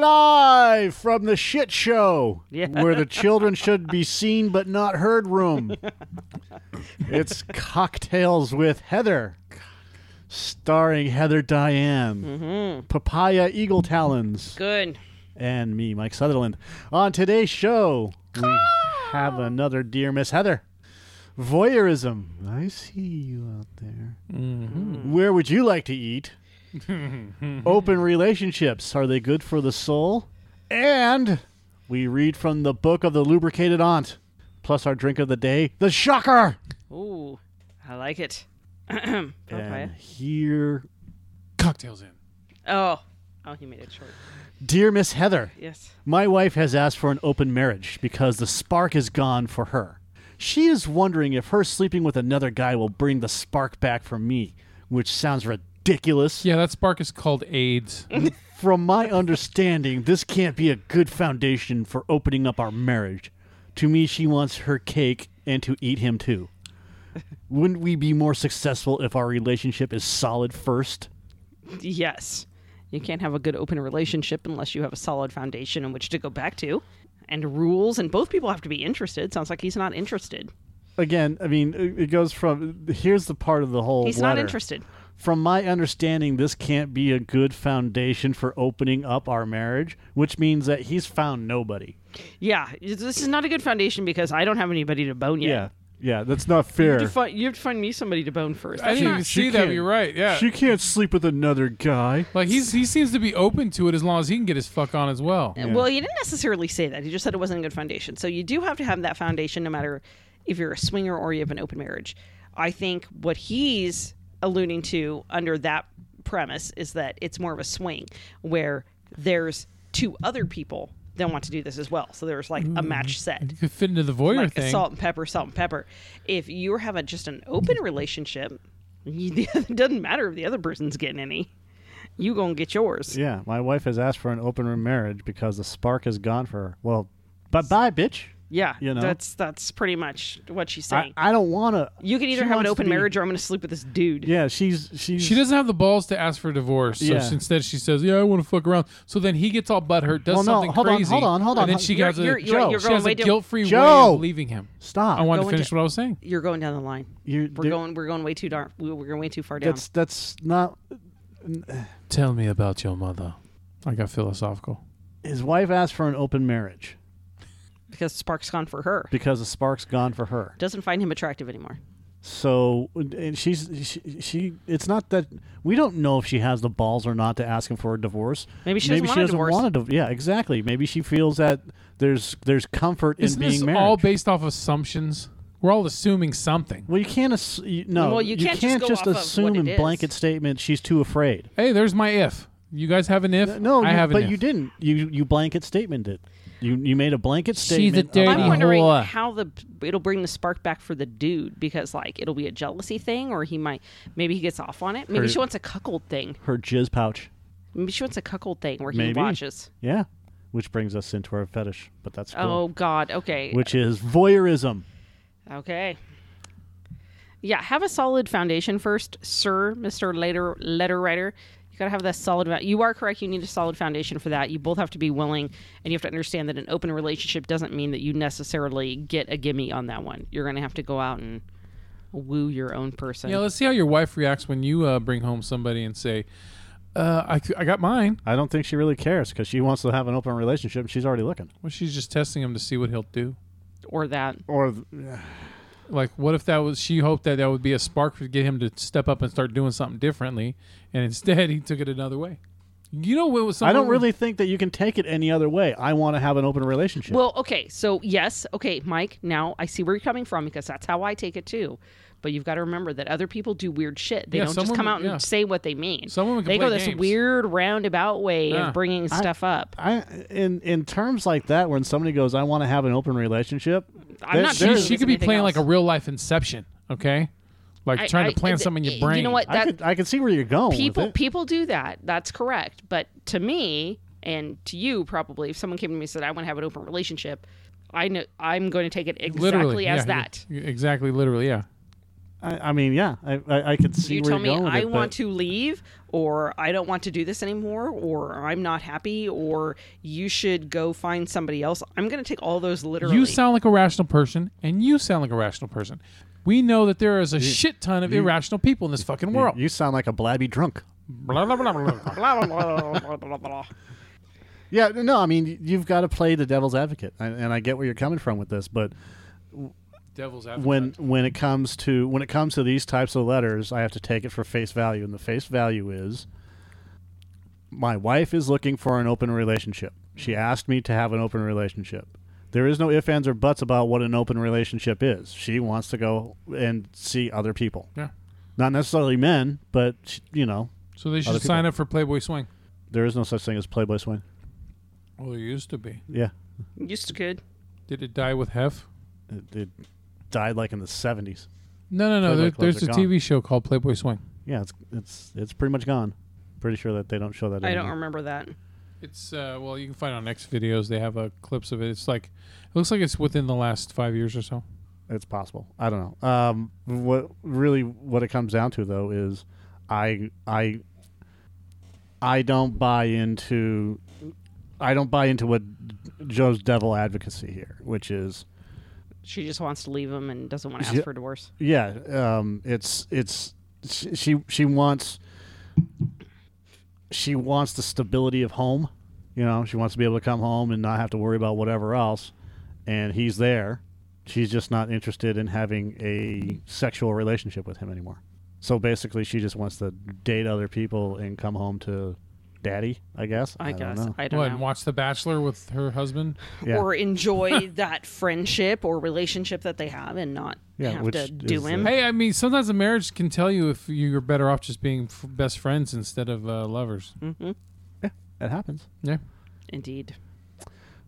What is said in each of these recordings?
Live from the shit show, Yeah. where the children should be seen but not heard room. it's Cocktails with Heather, starring Heather Diane, Mm-hmm. Papaya Eagle Talons, Hmm, Good. and me, Mike Sutherland. On today's show, we have another dear Miss Heather. Voyeurism. I see you out there. Where would you like to eat? Open relationships. Are they good for the soul? And we read from the book of the lubricated aunt. Plus our drink of the day, the shocker. Ooh, I like it. Papaya. And here, Cocktails in. Oh, oh, he made it short. dear Miss Heather. Yes. My wife has asked for an open marriage because the spark is gone for her. She is wondering if her sleeping with another guy will bring the spark back for me, which sounds ridiculous. Yeah, that spark is called AIDS. From my understanding, this can't be a good foundation for opening up our marriage. To me, she wants her cake and to eat him too. Wouldn't we be more successful if our relationship is solid first? Yes. You can't have a good open relationship unless you have a solid foundation in which to go back to, and rules, and both people have to be interested. Sounds like he's not interested. Again, I mean, it it goes from here's the part of the whole. He's not letter. interested. From my understanding, this can't be a good foundation for opening up our marriage, which means that he's found nobody. Yeah, this is not a good foundation because I don't have anybody to bone yet. Yeah, that's not You fair. have, to find, you have to find me somebody to bone first. I That's didn't not, even see that. but You're right. Yeah. She can't sleep with another guy. like he's he seems to be open to it as long as he can get his fuck on as well. Well, you didn't necessarily say that. You just said it wasn't a good foundation. So you do have to have that foundation, no matter if you're a swinger or you have an open marriage. I think what he's alluding to under that premise is that it's more of a swing where there's two other people that want to do this as well. So there's like Mm. a match set You could fit into the voyeur like a thing. salt and pepper, salt and pepper. If you have a, just an open relationship, you, it doesn't matter if the other person's getting any. You gonna get yours. Yeah, my wife has asked for an open marriage because the spark is gone for her. Well, bye bye, bitch. Yeah, You know? that's that's pretty much what she's I, saying. I don't want to. you can either she have an wants to open be- marriage or I'm going to sleep with this dude. Yeah, she's she's she doesn't have the balls to ask for a divorce. So Yeah. instead, she says, "Yeah, I want to fuck around." So then he gets all butthurt, does Well, no, something hold on, crazy. hold on, hold on. And then she You're- has a, you're- you're- you're she going has way a down- guilt-free way Joe! Uh, of leaving him. stop. I wanted to Going to- finish what I was saying. You're going down the line. You're- we're there- going we're going way too dark. We're we're going way too far down. That's that's not. Tell me about your mother. I got philosophical. His wife asked for an open marriage because Spark's gone for her. because the spark's gone for her. Doesn't find him attractive anymore. So and she's she, she. It's not that we don't know if she has the balls or not to ask him for a divorce. Maybe she Maybe she doesn't want a doesn't divorce. want a divorce. Yeah, exactly. Maybe she feels that there's there's comfort Isn't in being this married. all based off assumptions? We're all assuming something. well, you can't. Ass- you, no, Well, you can't just go just, off of assume what in it is. blanket statement she's too afraid. Hey, there's my if. You guys have an if? No, I you, have an but if. you didn't. You you blanket statement it. You you made a blanket She's a statement. dirty about- I'm wondering whore. how the it'll bring the spark back for the dude because like it'll be a jealousy thing or he might maybe he gets off on it. Maybe Her- she wants a cuckold thing. her jizz pouch. Maybe she wants a cuckold thing where he Maybe. watches. Yeah, which brings us into our fetish, but that's cool. Oh God. Okay. Which is voyeurism. Okay. Yeah, have a solid foundation first, sir, Mister Letter Letter Writer. You gotta have that solid. fo- You are correct. You need a solid foundation for that. You both have to be willing, and you have to understand that an open relationship doesn't mean that you necessarily get a gimme on that one. You're gonna have to go out and woo your own person. Yeah, let's see how your wife reacts when you uh, bring home somebody and say, uh, I, I got mine. I don't think she really cares because she wants to have an open relationship and she's already looking. Well, she's just testing him to see what he'll do. or that. Or Like, what if that was, she hoped that that would be a spark to get him to step up and start doing something differently. And instead, he took it another way. You know what was I something? don't really think that you can take it any other way. I want to have an open relationship. Well, okay. So yes, okay, Mike. Now I see where you're coming from because that's how I take it too. But you've got to remember that other people do weird shit. They Yeah, don't some just come women- out and yeah. say what they mean. Some women can they go play this games. weird roundabout way Yeah. of bringing stuff up. I in in terms like that, when somebody goes, "I want to have an open relationship," I'm not She, There she is could be anything playing else. like a real life inception, okay? Like I- trying I- to plant th- something in your brain. You know what? I That, could I could see where you're going. with people it. people do that. That's correct. But to me and to you probably, if someone came to me and said, "I want to have an open relationship," I know I'm going to take it exactly Literally. as yeah, that. yeah, Exactly, literally, yeah. I, I mean, yeah, I, I, I could see you where tell you're me going with I it, want but to leave, or I don't want to do this anymore, or I'm not happy, or you should go find somebody else. I'm going to take all those literally. You sound like a rational person, and you sound like a rational person. We know that there is a shit ton of irrational people in this fucking world. You sound like a blabby drunk. Blah, blah, blah, blah, blah. Blah, blah, blah, blah, blah, blah. Yeah, no, I mean, you've got to play the devil's advocate, and, and I get where you're coming from with this, but Devil's advocate. when when it comes to when it comes to these types of letters, I have to take it for face value, and the face value is my wife is looking for an open relationship. She asked me to have an open relationship. There is no ifs, ands, or buts about what an open relationship is. She wants to go and see other people, yeah. not necessarily men, but sh- you know, So they Other should people. sign up for Playboy Swing. there is no such thing as Playboy swing. Well, there used to be. Yeah, Used to good. Did it die with Hef? it, it died like in the seventies. No, no, no. Playboy There, clubs there's are a gone. TV show called Playboy Swing. Yeah, it's it's it's pretty much gone. Pretty sure that they don't show that. I don't anymore. remember that. It's uh, well, you can find it on X videos. They have uh, clips of it. It's like it looks like it's within the last five years or so. It's possible. I don't know. Um, what really what it comes down to though is, I I I don't buy into I don't buy into what Joe's devil advocacy here, which is She just wants to leave him and doesn't want to ask Yeah. for divorce. yeah, um, it's it's she she- she wants she wants the stability of home. You know, she wants to be able to come home and not have to worry about whatever else. And he's there. She's just not interested in having a sexual relationship with him anymore. So basically, she just wants to date other people and come home to daddy. I guess. I, guess. Don't know. I don't What? know. And watch The Bachelor with her husband. Yeah. Or enjoy that friendship or relationship that they have and not Yeah, have which to do is, him. uh, Hey, I mean, sometimes a marriage can tell you if you're better off just being f- best friends instead of uh, lovers. It happens. Yeah. Mm-hmm. Indeed.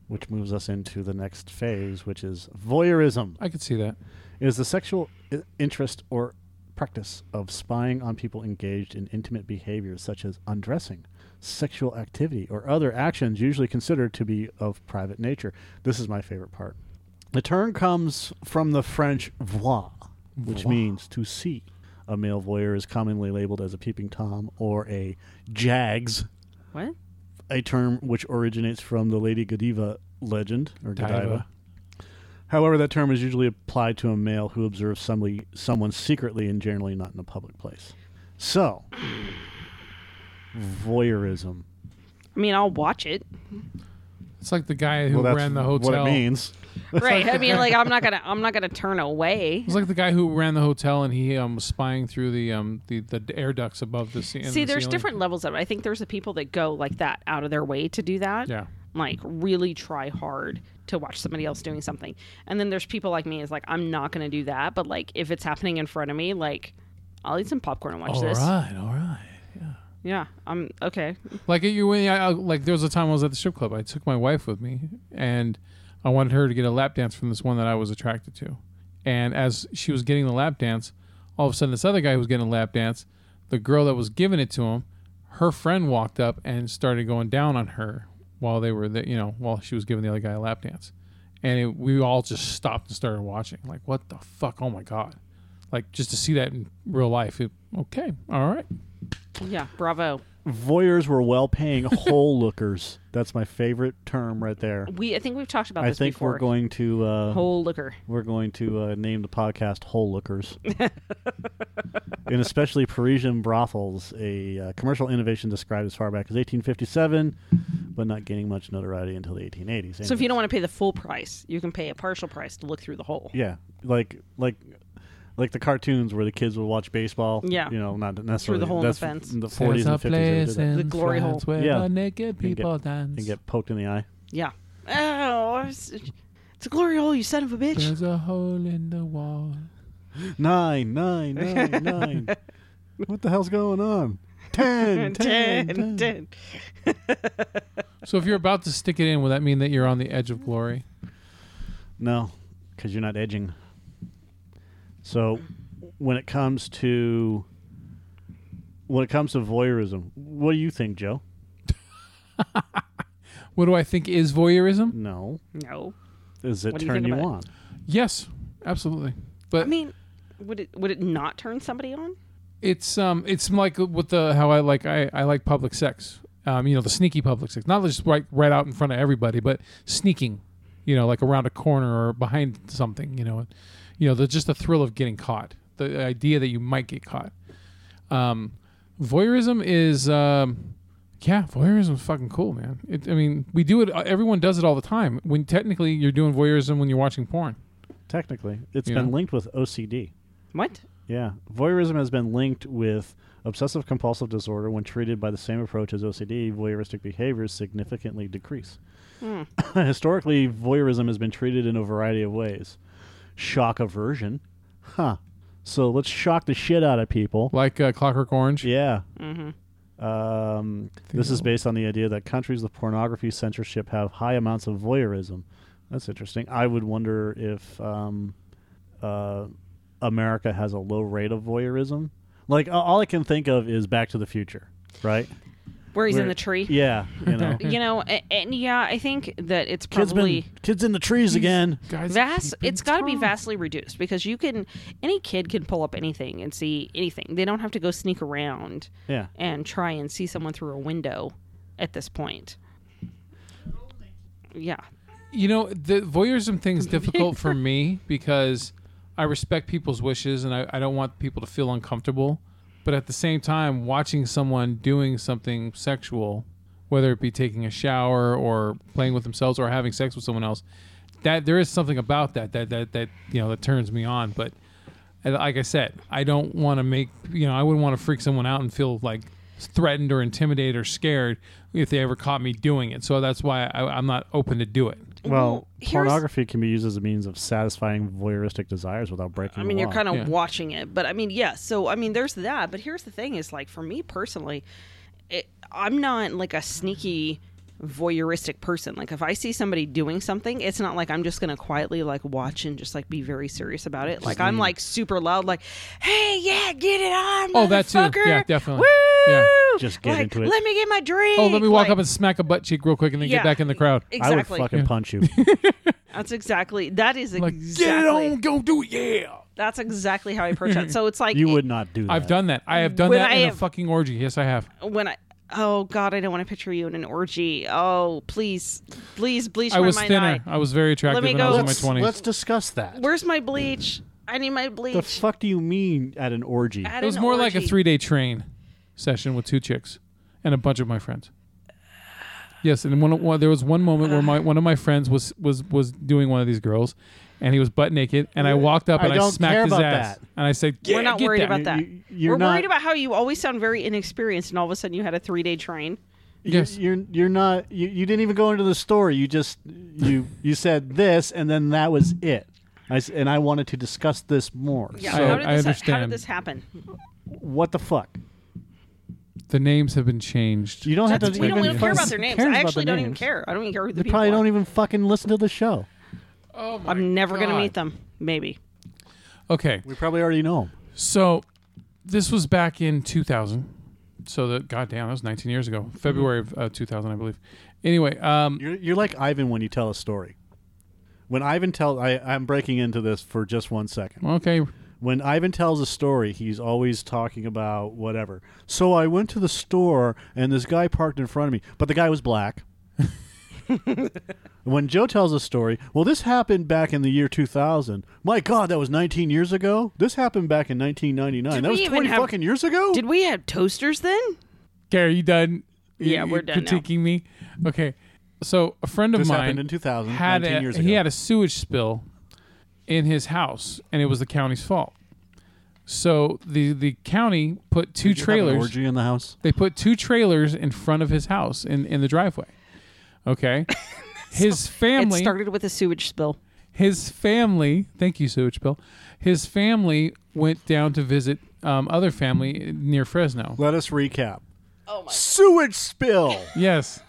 Which moves us into the next phase, which is voyeurism. I could see that. is the sexual i- interest or practice of spying on people engaged in intimate behaviors such as undressing, sexual activity, or other actions usually considered to be of private nature. This is my favorite part. The term comes from the French voir, which means to see. A male voyeur is commonly labeled as a peeping Tom or a Jags, What? a term which originates from the Lady Godiva legend or Godiva. Diva. However, that term is usually applied to a male who observes somebody, someone secretly and generally not in a public place. So, voyeurism. I mean, I'll watch it. It's like the guy who ran the hotel. what it means. Right. I mean, like I'm not gonna I'm not gonna turn away. It's like the guy who ran the hotel and he um, was spying through the um the, the air ducts above the sea. in See, the there's ceiling. different levels of it. I think there's the people that go like that out of their way to do that. Yeah. Like really try hard to watch somebody else doing something. And then there's people like me is like, I'm not gonna do that, but like if it's happening in front of me, like I'll eat some popcorn and watch All this. right, all right. Yeah. I'm okay. Like you, when I, I- like there was a time I was at the strip club. I took my wife with me, and I wanted her to get a lap dance from this one that I was attracted to. And as she was getting the lap dance, all of a sudden this other guy who was getting a lap dance, the girl that was giving it to him, her friend walked up and started going down on her while they were, the, you know, while she was giving the other guy a lap dance, and it, we all just stopped and started watching. Like, what the fuck? Oh my god! Like just to see that in real life. It, okay, all right. Yeah. Bravo. Voyeurs were well paying hole lookers. That's my favorite term right there. We I think we've talked about I this think before. we're going to uh, Whole liquor. we're going to uh, name the podcast Hole Lookers. and especially Parisian brothels, a uh, commercial innovation described as far back as 1857, but not gaining much notoriety until the 1880s. So if you don't want to pay the full price, you can pay a partial price to look through the hole. Yeah, like like like the cartoons where the kids would watch baseball. Yeah. you know, not necessarily hole in the that's fence. In the forties and fifties, and The glory hole. where Yeah. the get- naked people dance. get poked in the eye. Yeah. Oh, it's it's a glory hole, you son of a bitch. There's a hole in the wall. Nine, nine, nine, nine. What the hell's going on? Ten, ten, ten. Dun, dun. So if you're about to stick it in, will that mean that you're on the edge of glory? No, because you're not edging. So, when it comes to when it comes to voyeurism, what do you think, Joe? What do I think is voyeurism? No, No. does it What do you turn think you about it? on? Yes, absolutely. But I mean, Would it would it not turn somebody on? It's um, it's like with the how I like I, I like public sex. Um, you know, the sneaky public sex, not just right right out in front of everybody, but sneaking. You know, like around a corner or behind something. You know, and, you know, the just the thrill of getting caught, the idea that you might get caught. Um, voyeurism is um, yeah, voyeurism is fucking cool, man. It, I mean, we do it. Everyone does it all the time. When technically you're doing voyeurism when you're watching porn. Technically, it's You been know? linked with OCD. What? Yeah, voyeurism has been linked with obsessive compulsive disorder. When treated by the same approach as OCD, voyeuristic behaviors significantly decrease. Hmm. Historically, voyeurism has been treated in a variety of ways. Shock aversion, huh? So let's shock the shit out of people. like uh, Clockwork Orange. Yeah. Mm-hmm. Um, this is based on the idea that countries with pornography censorship have high amounts of voyeurism. That's interesting. I would wonder if um, uh, America has a low rate of voyeurism. Like a- all I can think of is Back to the Future, right? Where he's Where- in the tree. Yeah, you know, You know, a- and yeah, I think that it's kids probably been kids in the trees again. Guys, Vast, keep it's got to be time. vastly reduced because you can, any kid can pull up anything and see anything. They don't have to go sneak around Yeah, and try and see someone through a window at this point. Yeah. You know, the voyeurism thing is difficult for me because I respect people's wishes and I, I don't want people to feel uncomfortable. But at the same time, watching someone doing something sexual, whether it be taking a shower or playing with themselves or having sex with someone else, that there is something about that that that, that you know that turns me on. But and like I said, I don't want to make you know I wouldn't want to freak someone out and feel like threatened or intimidated or scared if they ever caught me doing it. So that's why I, I'm not open to do it. well, here's- pornography can be used as a means of satisfying voyeuristic desires without breaking. I mean, the you're law. kind of Yeah. watching it, but I mean, yeah. So, I mean, there's that. But here's the thing: is like for me personally, it, I'm not like a sneaky voyeuristic person. Like if I see somebody doing something, it's not like I'm just gonna quietly like watch and just like be very serious about it. Like I'm like super loud, like, "Hey, yeah, get it on, Oh, that too. motherfucker. Yeah, definitely. Woo! Yeah. Just get Like, into it. Let me get my drink. Oh, let me walk Like, up and smack a butt cheek real quick and then yeah, get back in the crowd. I would Exactly. fucking punch you. That's exactly. That is Like, exactly. get it on, go do it, yeah. That's exactly how I approach it. So it's like You would not do that. I've done that. I have done When that I in a have- fucking orgy. Yes, I have. when I oh god, I don't want to picture you in an orgy. Oh please, please bleach I my was mind thinner. eye. I was very attractive me when I was in my Let's- 20s. Let's discuss that. Where's my bleach? I need my bleach. The fuck do you mean at an orgy? At it was an more like a orgy. three day train session with two chicks and a bunch of my friends. Yes, and one, one there was one moment where my one of my friends was was was doing one of these girls, and he was butt naked, and I walked up I and I, don't smacked care his about ass, that. and I said, We're "Yeah, not get worried that." about that. You- you- you're We're worried not- about how you always sound very inexperienced, and all of a sudden you had a three-day train. Yes. You're you're not you, you didn't even go into the story. You just you you said this and then that was it. I s and I wanted to discuss this more. Yeah, So, how did this ha- I how did understand. this happen? What the fuck? The names have been changed. You don't have to That's- we don't, we even don't care about fucking- their names. cares I about actually the don't even names? care. I don't even care who the They people probably are. don't even fucking listen to the show. Oh my I'm never gonna God. meet them. Maybe. Okay, We probably already know. 'em. So this was back in 2000. So the goddamn, that was 19 years ago, Mm-hmm. February of uh, 2000, I believe. Anyway, um, You're you're like Ivan when you tell a story. When Ivan tells, I I'm breaking into this for just one second. okay, when Ivan tells a story, he's always talking about whatever. So I went to the store and this guy parked in front of me, but the guy was black. when Joe tells a story, well, this happened back in the year 2000. My God, that was 19 years ago. This happened back in 1999. Did that we was even 20 have- fucking years ago. Did we have toasters then? Gary, you done? Yeah, You- we're you done now. Critiquing me? Okay. So a friend of this mine happened in 2000, had 19 a, years ago. he had a sewage spill in his house, and it was the county's fault. So the the county put two Did you have an trailers. orgy in the house. They put two trailers in front of his house in in the driveway. Okay. His family It started with a sewage spill. his family thank you sewage bill his family went down to visit um, other family near fresno Let us recap. Oh my! Sewage spill. yes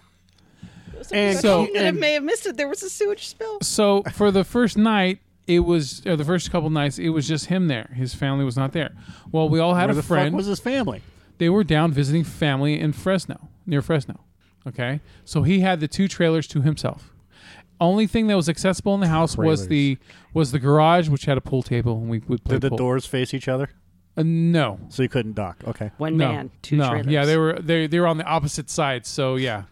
and So- I may have missed it. There was a sewage spill. so for the first night it was or the first couple nights it was just him there his family was not there well we all had where a the friend fuck was his family? they were down visiting family in Fresno, near Fresno. Okay. So he had the two trailers to himself. only thing that was accessible in the house was Trailers. the was the garage, which had a pool table, and we would play Did the pool. doors face each other? Uh, no, So you couldn't dock. Okay. One no, man, two no. trailers. Yeah, they were they they were on the opposite sides. So yeah,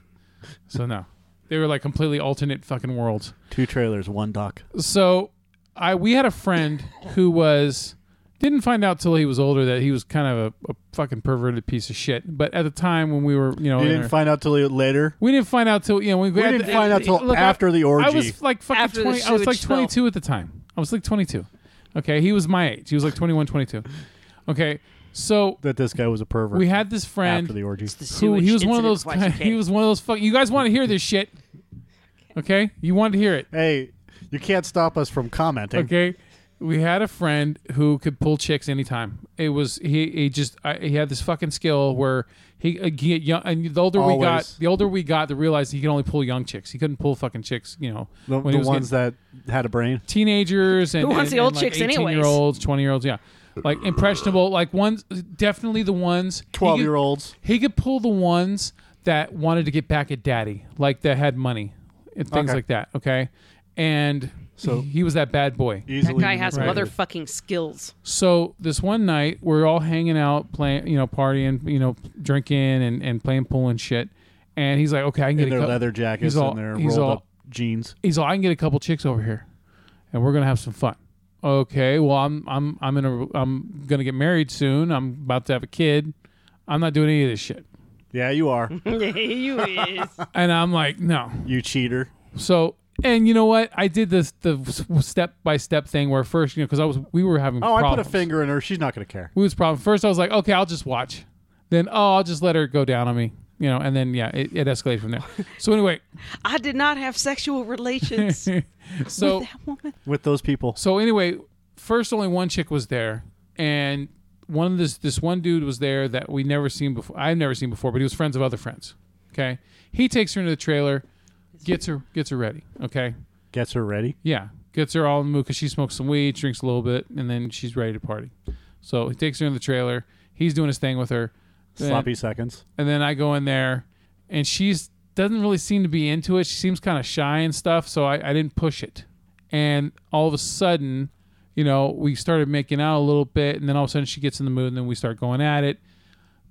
so no, they were like completely alternate fucking worlds. Two trailers, one dock. So I we had a friend who was didn't find out till he was older that he was kind of a, a fucking perverted piece of shit. But at the time when we were, you know, You in didn't our- find out till you- later. we didn't find out till you know we, We didn't find out till look, I- after the orgy. I was like fucking After the 20, I was like sewage smell. 22 at the time. I was like 22. Okay, he was my age. He was like 21, 22. Okay. So that this guy was a pervert. we had this friend after the orgy. It's the who sewage he was one of incident those with Y2K. he was one of those fuck you guys want to hear this shit. Okay? You want to hear it. Hey, you can't stop us from commenting. Okay. We had a friend who could pull chicks anytime. It was he. He just I, he had this fucking skill where he, uh, he young, and the older we got, Always. the older we got, the realized he could only pull young chicks. He couldn't pull fucking chicks, you know, The, when the he was ones getting that had a brain. teenagers and Who wants the and- old and, like chicks anyways? year olds, twenty year olds, yeah, like impressionable, like ones, definitely the ones he could- 12 year olds. He could pull the ones that wanted to get back at daddy, like that had money and things Okay. like that. Okay, and So- so he was that bad boy. That guy has Right. motherfucking skills. So this one night, we're all hanging out, playing, you know, partying, you know, drinking and, and playing pool and shit. And he's like, okay, I In can get a their cou- leather jackets he's all- and their he's rolled all- up jeans. He's like, I can get a couple chicks over here, and we're gonna have some fun. Okay, well, I'm I'm I'm in a I'm gonna get married soon. I'm about to have a kid. I'm not doing any of this shit. Yeah, you are. you is. And I'm like, no. you cheater. So. And you know what? I did this the step by step thing where first, you know, because I was we were having Oh, I problems. put a finger in her. She's not going to care. we was problem. First, I was like, okay, I'll just watch. Then, oh, I'll just let her go down on me, you know. And then, yeah, it, it escalated from there. So anyway, I did not have sexual relations with so that woman. With those people. so anyway, first only one chick was there, and one of this this one dude was there that we never seen before. I've never seen before, but he was friends of other friends. Okay, he takes her into the trailer, gets her gets her ready. Okay, Gets her ready. Yeah, gets her all in the mood because she smokes some weed, drinks a little bit, and then she's ready to party. So he takes her in the trailer. He's doing his thing with her. Then- Sloppy seconds. and then I go in there, and she's doesn't really seem to be into it. She seems kind of shy and stuff, so I, I didn't push it. And all of a sudden, you know, we started making out a little bit, and then all of a sudden she gets in the mood, and then we start going at it.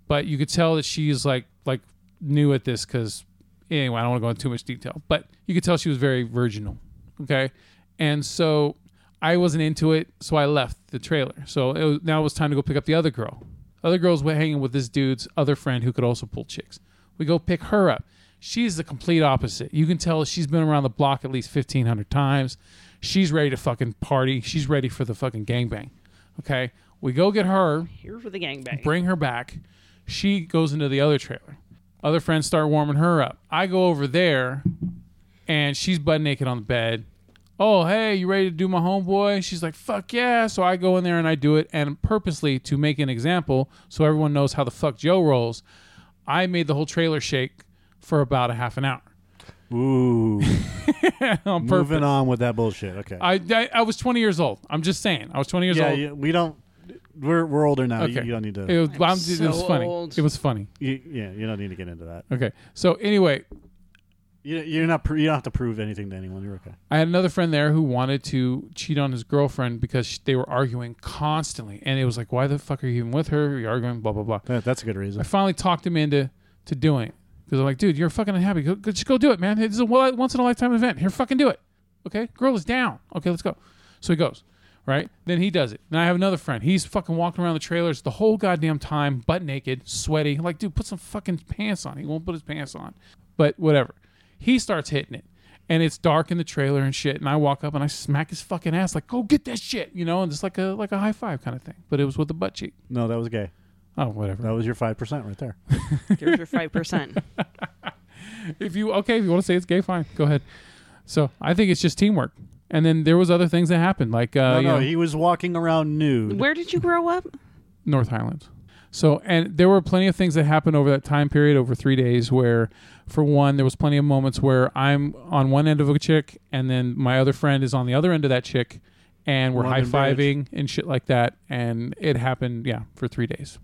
But you could tell that she's like like new at this because anyway, I don't want to go into too much detail, but you could tell she was very virginal. Okay, and so I wasn't into it, so I left the trailer. So it was, now it was time to go pick up the other girl. Other girls were hanging with this dude's other friend who could also pull chicks. We go pick her up. She's the complete opposite. You can tell she's been around the block at least fifteen hundred times. She's ready to fucking party. She's ready for the fucking gangbang. Okay, we go get her Here for the gangbang. bring her back. She goes into the other trailer. Other friends start warming her up. I go over there, and she's butt naked on the bed. Oh, hey, you ready to do my homeboy? She's like, fuck yeah. So I go in there and I do it, and purposely to make an example so everyone knows how the fuck Joe rolls, I made the whole trailer shake for about a half an hour. Ooh. on purpose. Moving on with that bullshit. Okay. I, I, I was 20 years old. I'm just saying. I was 20 years yeah, old. you- we don't. We're, we're older now. You, Okay. you don't need to. It was, I'm I'm- it was so funny. old. It was funny. you, yeah, you don't need to get into that. Okay. So, anyway, You, you're not. pr- You don't have to prove anything to anyone. You're okay. I had another friend there who wanted to cheat on his girlfriend because sh they were arguing constantly, and it was like, why the fuck are you even with her? You're arguing, blah blah blah. That, that's a good reason. I finally talked him into to doing it because I'm like, dude, you're fucking unhappy. Go, go, just go do it, man. It's a one- once in a lifetime event. Here, fucking do it. Okay, girl is down. Okay, let's go. So he goes. Right then he does it. And I have another friend. He's fucking walking around the trailers the whole goddamn time, butt naked, sweaty. I'm like, dude, put some fucking pants on. He won't put his pants on, but whatever. He starts hitting it. And it's dark in the trailer and shit. And I walk up and I smack his fucking ass, like, go get that shit, you know, and it's like a like a high five kind of thing. But it was with a butt cheek. No, that was gay. Oh, whatever. That was your five percent right there. There's your five percent. if you okay, if you want to say it's gay, fine, go ahead. So I think it's just teamwork. And then there was other things that happened, like uh, no, you no, know, he was walking around nude. Where did you grow up? North Highlands. So and there were plenty of things that happened over that time period, over three days, where for one there was plenty of moments where I'm on one end of a chick, and then my other friend is on the other end of that chick, and we're One high in fiving and shit like that. And it happened, yeah, for three days.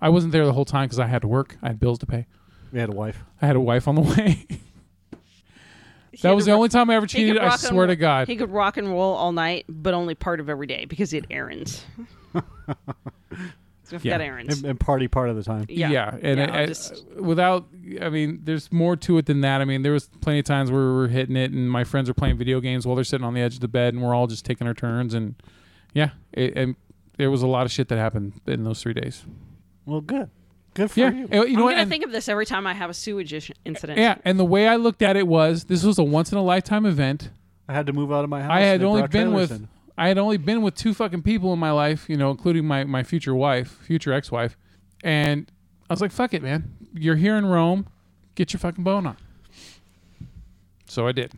I wasn't there the whole time because I had to work. I had bills to pay. He had a wife. I had a wife on the way. he That had was to the ro- only time I ever he could cheated. I rock and swear to roll- God. He could rock and roll all night, but only part of every day because he had errands. so I've Yeah. uh, got errands. and, and party part of the time. Yeah. and Yeah, I, I- just- without, I mean, there's more to it than that. I mean, there was plenty of times where we were hitting it, and my friends are playing video games while they're sitting on the edge of the bed, and we're all just taking our turns, and yeah, it, and there was a lot of shit that happened in those three days. Well, good, good for Yeah, you. and you know I'm what? gonna And- think of this every time I have a sewage ish- incident. yeah, and the way I looked at it was this was a once in a lifetime event. I had to move out of my house. I and had they only brought been trailers with in. I had only been with two fucking people in my life, you know, including my my future wife, future ex-wife, and I was like, "Fuck it, man. You're here in Rome. Get your fucking bone on." So I did.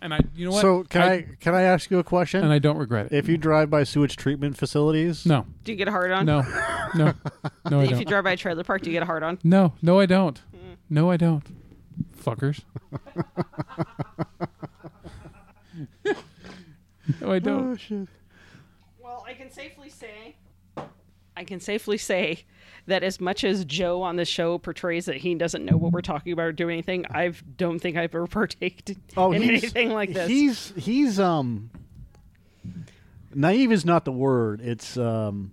And I you know what? So can I, can I ask you a and question? I don't regret it. if you drive by sewage treatment facilities, No. Do you get a hard on? No. No. No, I If you don't. drive by a trailer park, do you get a hard on? No, no I don't. No, I don't. Fuckers. no, I don't. Oh, shit. Well, I can safely say, I can safely say that as much as Joe on the show portrays that he doesn't know what we're talking about or do anything, I don't think I've ever partaked Oh, in he's- anything like this. He's he's um naive is not the word. It's um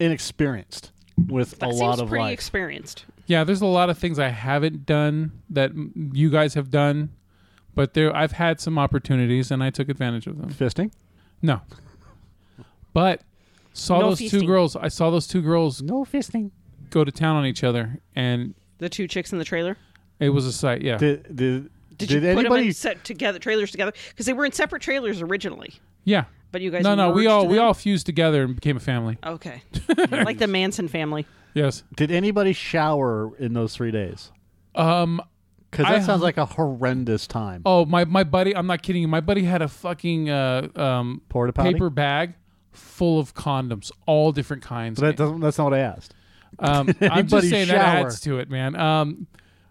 inexperienced with That a seems lot of pretty life. experienced. Yeah, there's a lot of things I haven't done that m- you guys have done, but there I've had some opportunities and I took advantage of them. Fisting? No, but saw No those two feasting. girls. I saw those two girls No fisting. go to town on each other, and The two chicks in the trailer. it was a sight. Yeah, Did did, Did, did, you put them anybody in set together trailers together? Because they were in separate trailers originally, yeah. but you guys. No, no, we merged all we them? all fused together and became a family. Okay, like the Manson family. Yes. did anybody shower in those 3 days? Um. Cuz I- that sounds like a horrendous time. Oh, my my buddy. I'm not kidding you. My buddy had a fucking uh um Porta potty? paper bag full of condoms, all different kinds. That doesn't that's not what I asked. Um, I'm just anybody saying that shower? adds to it, man. Um,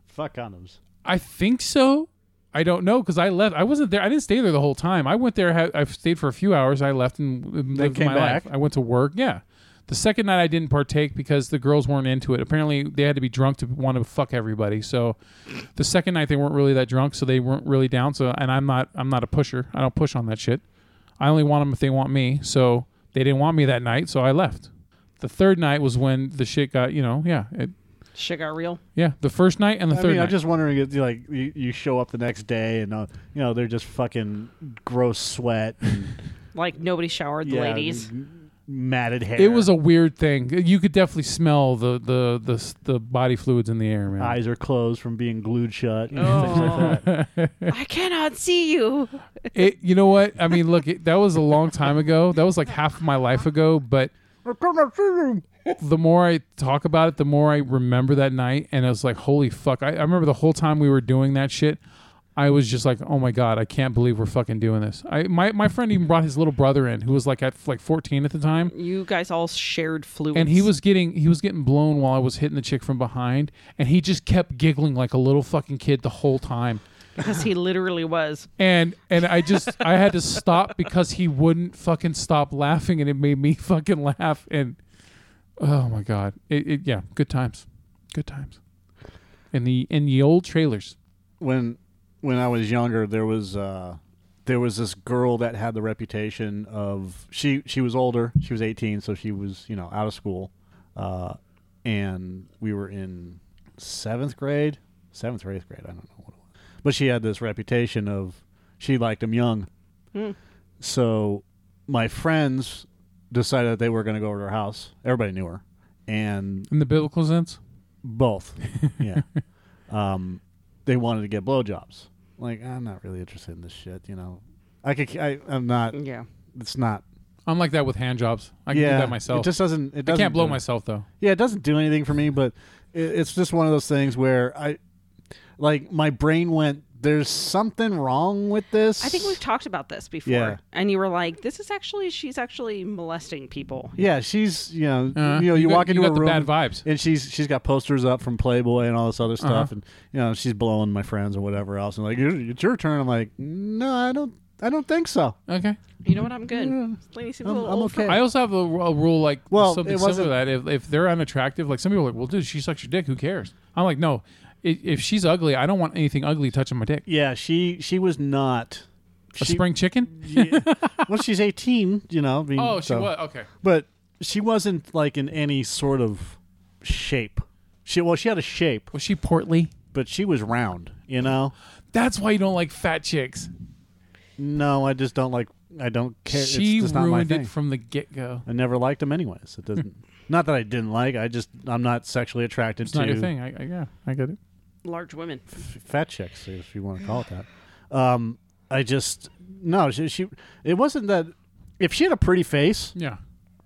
Fuck condoms. I think so. I don't know because I left. I wasn't there. I didn't stay there the whole time. I went there. ha- I stayed for a few hours. I left and lived came my back? life. I went to work. Yeah. The second night I didn't partake because the girls weren't into it. Apparently they had to be drunk to want to fuck everybody. So the second night they weren't really that drunk, so they weren't really down. So and I'm not. I'm not a pusher. I don't push on that shit. I only want them if they want me. So they didn't want me that night. So I left. The third night was when the shit got. You know. Yeah. It, Shit got real. yeah. The first night and the I third mean, night. I'm just wondering if like you, you show up the next day and uh, you know they're just fucking gross sweat, and, Like nobody showered the yeah, ladies. m- matted hair. It was a weird thing. You could definitely smell the the the, the body fluids in the air, man. eyes are closed from being glued shut. you know, things like that. Oh, I cannot see you. It, you know what? I mean, look, it, that was a long time ago. That was like half of my life ago. But the more I talk about it, the more I remember that night, and I was like, holy fuck! I, I remember the whole time we were doing that shit. I was just like, oh my god, I can't believe we're fucking doing this. I my, my friend even brought his little brother in, who was like at like 14 at the time. You guys all shared fluids. and he was getting he was getting blown while I was hitting the chick from behind, and he just kept giggling like a little fucking kid the whole time. because he literally was. And and I just I had to stop because he wouldn't fucking stop laughing, and it made me fucking laugh. And oh my god, it, it yeah, good times, good times. In the in the old trailers, when when I was younger, there was uh, there was this girl that had the reputation of she she was older. She was eighteen, so she was you know out of school, uh, and we were in seventh grade, seventh or eighth grade. I don't know what it was, but she had this reputation of she liked him young. So my friends decided that they were going to go over to her house. Everybody knew her, and in the biblical sense, both. Yeah. um, they wanted to get blowjobs. Like I'm not really interested in this shit. You know, I could. I, I'm not. Yeah. It's not. I'm like that with hand jobs. I can yeah, do that myself. It just doesn't. It I doesn't can't blow do- myself though. Yeah, it doesn't do anything for me. But it, it's just one of those things where I, like, my brain went. There's something wrong with this. I think we've talked about this before. Yeah. And you were like, this is actually, she's actually molesting people. Yeah, she's you know Uh-huh. you know you, You got- walk into you a got the room bad vibes. and she's she's got posters up from Playboy and all this other stuff and you know she's blowing my friends or whatever else and like "It- it's your turn I'm like no I don't I don't think so Okay. You know what? I'm good. Yeah. This lady seems a I'm, little I'm old for- okay I also have a, a rule like Well, something it similar wasn't- to that. If, if they're unattractive, like some people are like, well, dude, she sucks your dick. Who cares? I'm like, no. i- if she's ugly, I don't want anything ugly touching my dick. Yeah, she she was not. A she- spring chicken? yeah. well, she's 18, you know. I mean, Oh, she so- was okay. But she wasn't like in any sort of shape. She well, she had a shape, Was she portly? but she was round. You know. That's why you don't like fat chicks. No, I just don't like. I don't care. she it's just not my ruined thing. it from the get go. I never liked them anyways. It doesn't. not that I didn't like. I just I'm not sexually attracted It's to not your thing. I, I, yeah, I get it. Large women. f- fat chicks, if you want to call it that. Um, I just no. She, she it wasn't that. If she had a pretty face, Yeah,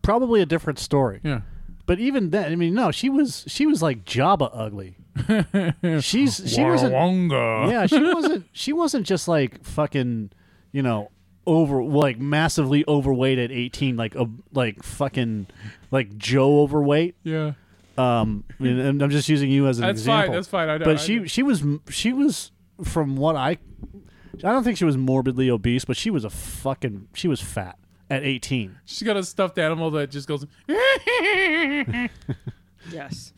probably a different story. yeah. But even then, I mean, no, she was she was like Jabba ugly. She's she wasn't. Warawonga. Yeah, she wasn't. She wasn't just like fucking, you know, over like massively overweight at eighteen, like a like fucking like Joe overweight. yeah. Um, I mean, and I'm just using you as an That's example. fine. That's fine. I know. But I she know. she was she was from what I, I don't think she was morbidly obese, but she was a fucking she was fat at 18. she's got a stuffed animal that just goes. Yes.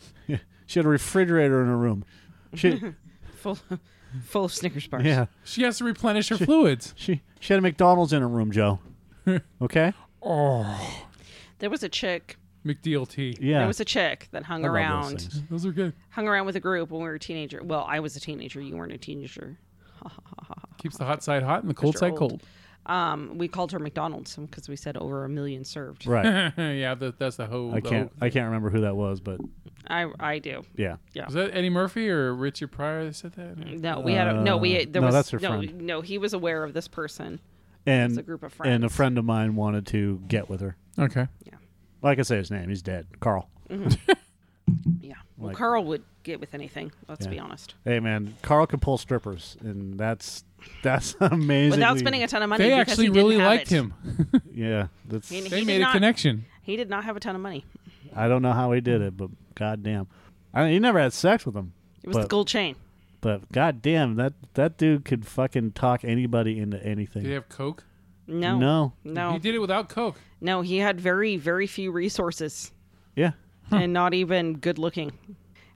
She had a refrigerator in her room. She Full full of Snickers bars. yeah. she has to replenish her fluids. She she had a McDonald's in her room, Joe. Okay. Oh, There was a chick. McDLT. Yeah. There was a chick that hung I love those around. things. Those are good. hung around with a group when we were a teenager. Well, I was a teenager. You weren't a teenager. Keeps the hot side hot and the cold you're side old. cold. Um, we called her McDonald's because we said over a million served. Right. yeah, that, that's the whole. I can't I can't remember who that was, but I I do. yeah. Was that Eddie Murphy or Richard Pryor that said that? No, we had a, no. We there Uh, no, was that's her no friend. no. He was aware of this person. And It's a group of friends. Mm, and a friend of mine wanted to get with her. Okay. Like I say his name, he's dead. Carl. Yeah. Well, Like- Carl would get with anything. Let's Yeah. be honest. Hey man, Carl could pull strippers and that's that's amazing. Without spending a ton of money, They because actually he didn't really have liked it. him. Yeah, that's Meaning- They He did made a not- connection. He did not have a ton of money. I don't know how he did it, but goddamn, I mean, he never had sex with him. It was the But- gold chain. But goddamn, that that dude could fucking talk anybody into anything. Did he have Coke? No, No. no, He did it without Coke. no. He had very very few resources. Yeah. and not even good looking.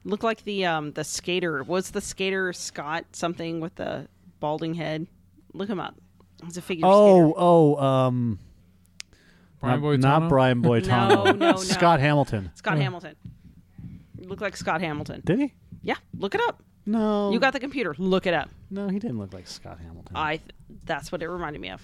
Looked like the um the skater was the skater Scott something with the balding head. Look him up. He's a figure Oh, oh, um, Brian not, Boitano? not Brian Boitano. No, no, no. Scott Hamilton. skater. Scott Hamilton. You look like Scott Hamilton. Did he? Yeah, look it up. No. You got the computer. Look it up. no. He didn't look like Scott Hamilton. I. Th- that's what it reminded me of.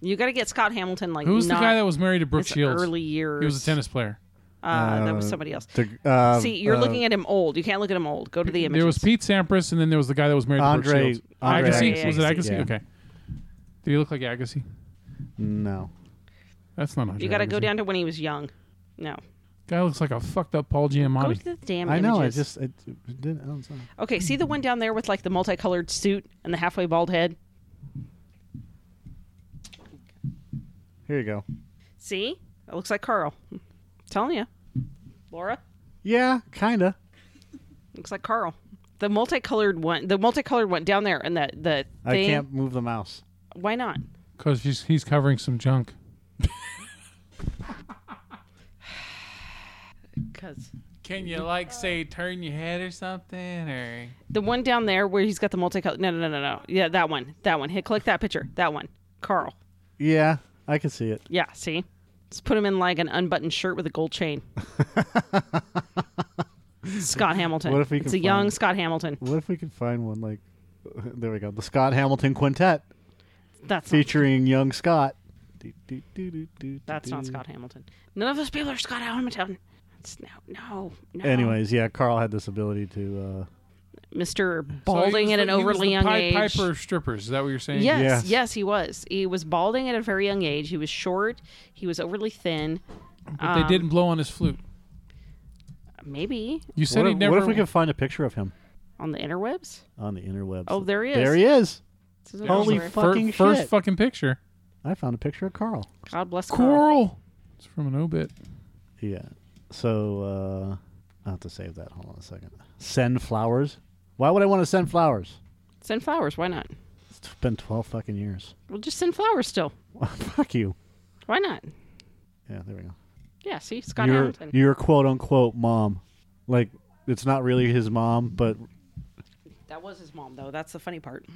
You got to get Scott Hamilton like Who's the not guy that was married to Brooke his Shields? early years. He was a tennis player. Uh, that was somebody else. The- uh, See, you're uh, looking at him old. You can't look at him old. Go to the images. There was Pete Sampras, and then there was the guy that was married to Brooke Andre- Shields. Andre Agassi? Agassi. Was it Agassi? Yeah. Okay. Did he look like Agassi? No. That's not Andre you got to go Agassi. down to when he was young. No, Guy looks like a fucked up Paul go Giamatti. to the damn. I know. I images. just. It, it didn't, I don't know. Okay, see the one down there with like the multicolored suit and the halfway bald head? Here you go. See? That looks like Carl. I'm telling you. Laura? Yeah, kinda. Looks like Carl. The multicolored one, the multicolored one down there and the the I thing. can't move the mouse. Why not? Because he's, he's covering some junk. Cuz Can you, like, say, turn your head or something? Or the one down there where he's got the multicolored No, no, no, no, no. Yeah, that one. That one. Hit click that picture. That one. Carl. Yeah, I can see it. Yeah, see? Let's put him in like an unbuttoned shirt with a gold chain. Scott Hamilton. What if we it's a can young find- Scott Hamilton. What if we could find one like? There we go. The Scott Hamilton Quintet That's not featuring young Scott. Do, do, do, do, do, That's not do. Scott Hamilton. None of those people are Scott Hamilton. It's no, no, no. Anyways, yeah, Carl had this ability to. Uh, Mr. So he Balding was at the- an he was overly the young Pied age. Piper of strippers. Is that what you're saying? Yes, Yes. yes, he was. He was balding at a very young age. He was short. He was overly thin. But they um, didn't blow on his flute. Maybe You said what, he if, never. what if we could find a picture of him on the interwebs. on the interwebs? Oh, there he is. There he is. This is Holy elsewhere. fu- fucking first shit. fucking picture. I found a picture of Carl. God bless Carl. Coral. It's from an obit. Yeah. So uh, I have to save that. Hold on a second. Send flowers. Why would I want to send flowers? Send flowers. Why not? It's been twelve fucking years. We'll just send flowers still. Fuck you. Why not? Yeah, there we go. Yeah. See, Scott your Hamilton. your quote unquote mom, like it's not really his mom, but That was his mom, though. That's the funny part.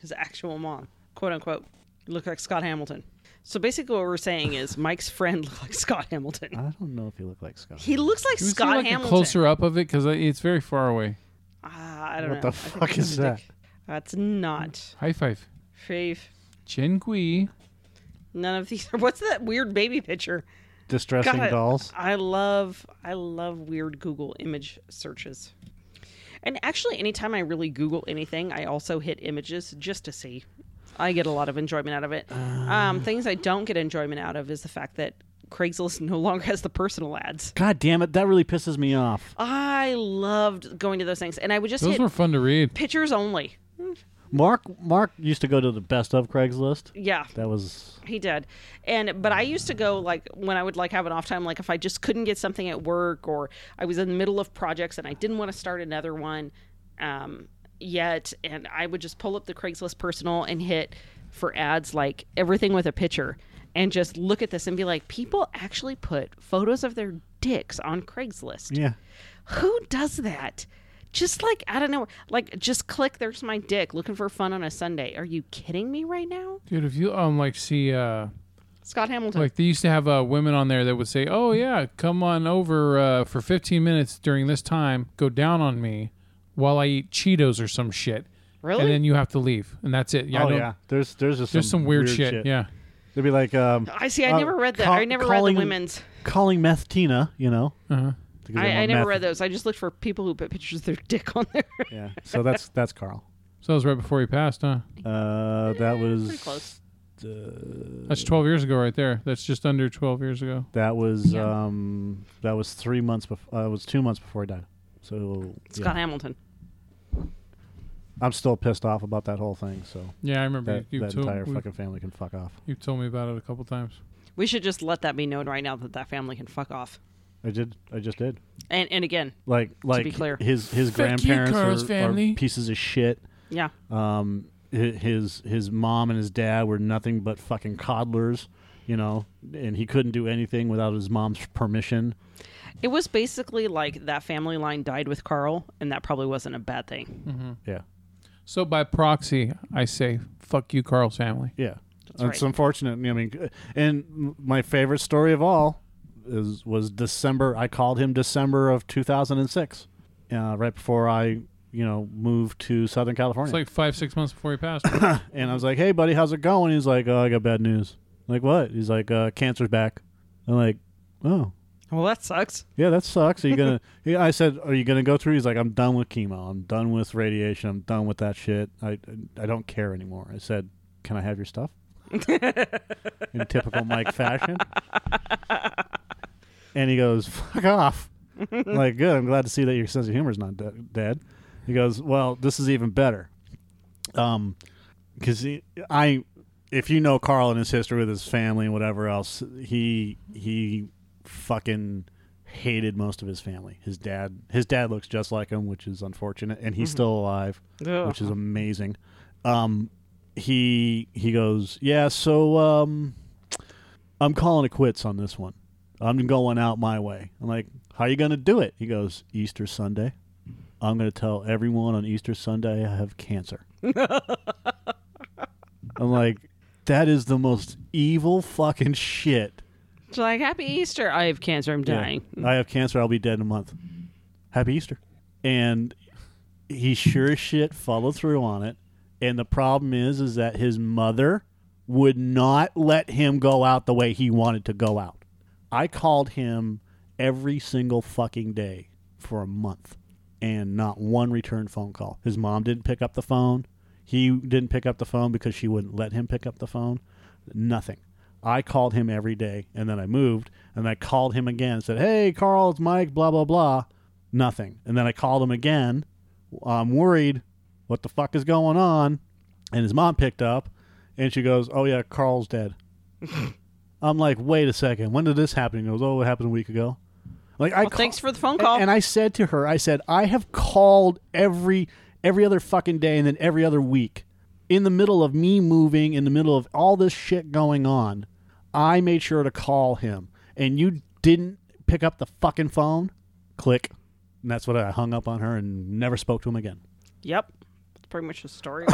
His actual mom, quote unquote, looked like Scott Hamilton. So basically, what we're saying is Mike's friend looked like Scott Hamilton. I don't know if he looked like Scott. He looks like Can we see, Scott like, a Hamilton. closer up of it because it's very far away. Ah, I don't What know. the I think fuck he's is a that? dick. That's not High five. fave. Chen Kui. None of these. What's that weird baby picture? Distressing God, dolls. I love I love weird Google image searches. And actually anytime I really Google anything, I also hit images just to see. I get a lot of enjoyment out of it. Ah. Um, things I don't get enjoyment out of is the fact that Craigslist no longer has the personal ads. God damn it! That really pisses me off. I loved going to those things, and I would just Those hit were fun to read. pictures only. Mark Mark used to go to the best of Craigslist. Yeah, That was He did. And but I used to go like when I would like have an off time, like if I just couldn't get something at work or I was in the middle of projects and I didn't want to start another one um, yet, and I would just pull up the Craigslist personal and hit for ads like everything with a picture and just look at this and be like, people actually put photos of their dicks on Craigslist yeah. who does that? Just like I don't know, like just click. There's my dick looking for fun on a Sunday. Are you kidding me right now, Dude, if you um like see uh Scott Hamilton? like they used to have uh, women on there that would say, "Oh yeah, come on over uh, for 15 minutes during this time. Go down on me while I eat Cheetos or some shit, really? and then you have to leave, and that's it." Yeah, I oh don't- yeah. There's there's just There's some, weird, shit. Yeah, They'd be like um, I see. I uh, never read that. ca- I never read the calling- women's. calling meth Tina. You know. uh-huh. because they I, I want never meth. read those. I just looked for people who put pictures of their dick on there. Yeah. So that's that's Carl. so that was right before he passed, huh? Uh, that was Eh, uh, pretty close. That's 12 years ago, right there. That's just under 12 years ago. That was Yeah. um that was three months before. Uh, it was two months before he died. So yeah. Scott Hamilton. I'm still pissed off about that whole thing. So Yeah, I remember that, you, you, that told, entire we- fucking family can fuck off. you told me about it a couple times. We should just let that be known right now that that family can fuck off. I did. I just did. And and again, Like like be clear. his his Fuck you, grandparents Carl's are, family. are pieces of shit. yeah, Um, hi- his his mom and his dad were nothing but fucking coddlers, you know, and he couldn't do anything without his mom's permission. it was basically like that family line died with Carl, and that probably wasn't a bad thing. Yeah, Mm-hmm. So by proxy, I say, "Fuck you, Carl's family." yeah. That's right. unfortunate. I mean, and m- my favorite story of all is was December. I called him December of 2006, uh, right before I, you know, moved to Southern California. It's like five, six months before he passed. And I was like, "Hey, buddy, how's it going?" He's like, "Oh, I got bad news." I'm like, what? He's like, uh, "Cancer's back." I'm like, "Oh, Well, that sucks. yeah, that sucks." Are you gonna? yeah, I said, "Are you gonna go through?" He's like, "I'm done with chemo. I'm done with radiation. I'm done with that shit. I I don't care anymore." I said, "Can I have your stuff?" In typical Mike fashion. And he goes, "Fuck off." I'm like, good. I'm glad to see that your sense of humor is not de- dead. He goes, "Well, this is even better." um because i if you know carl and his history with his family and whatever else he he fucking hated most of his family his dad his dad looks just like him which is unfortunate and he's still alive Ugh. which is amazing um he he goes yeah so um i'm calling it quits on this one i'm going out my way i'm like how you gonna do it he goes easter sunday i'm gonna tell everyone on easter sunday i have cancer I'm like, that is the most evil fucking shit. It's like Happy Easter. I have cancer. I'm dying. Yeah. I have cancer. I'll be dead in a month. Happy Easter. And he sure as shit followed through on it. And the problem is, is that his mother would not let him go out the way he wanted to go out. I called him every single fucking day for a month and not one return phone call. His mom didn't pick up the phone. He didn't pick up the phone because she wouldn't let him pick up the phone. Nothing. I called him every day and then I moved and I called him again and said, Hey, Carl, it's Mike, blah, blah, blah. Nothing. And then I called him again. I'm worried. What the fuck is going on? And his mom picked up and she goes, Oh, yeah, Carl's dead. I'm like, Wait a second. When did this happen? He goes, Oh, it happened a week ago. Like, I Well, ca- thanks for the phone and- call. And, I said to her, I said, I have called every every other fucking day and then every other week. In the middle of me moving, in the middle of all this shit going on, I made sure to call him. And you didn't pick up the fucking phone? Click. And that's what I hung up on her and never spoke to him again. Yep. That's pretty much the story.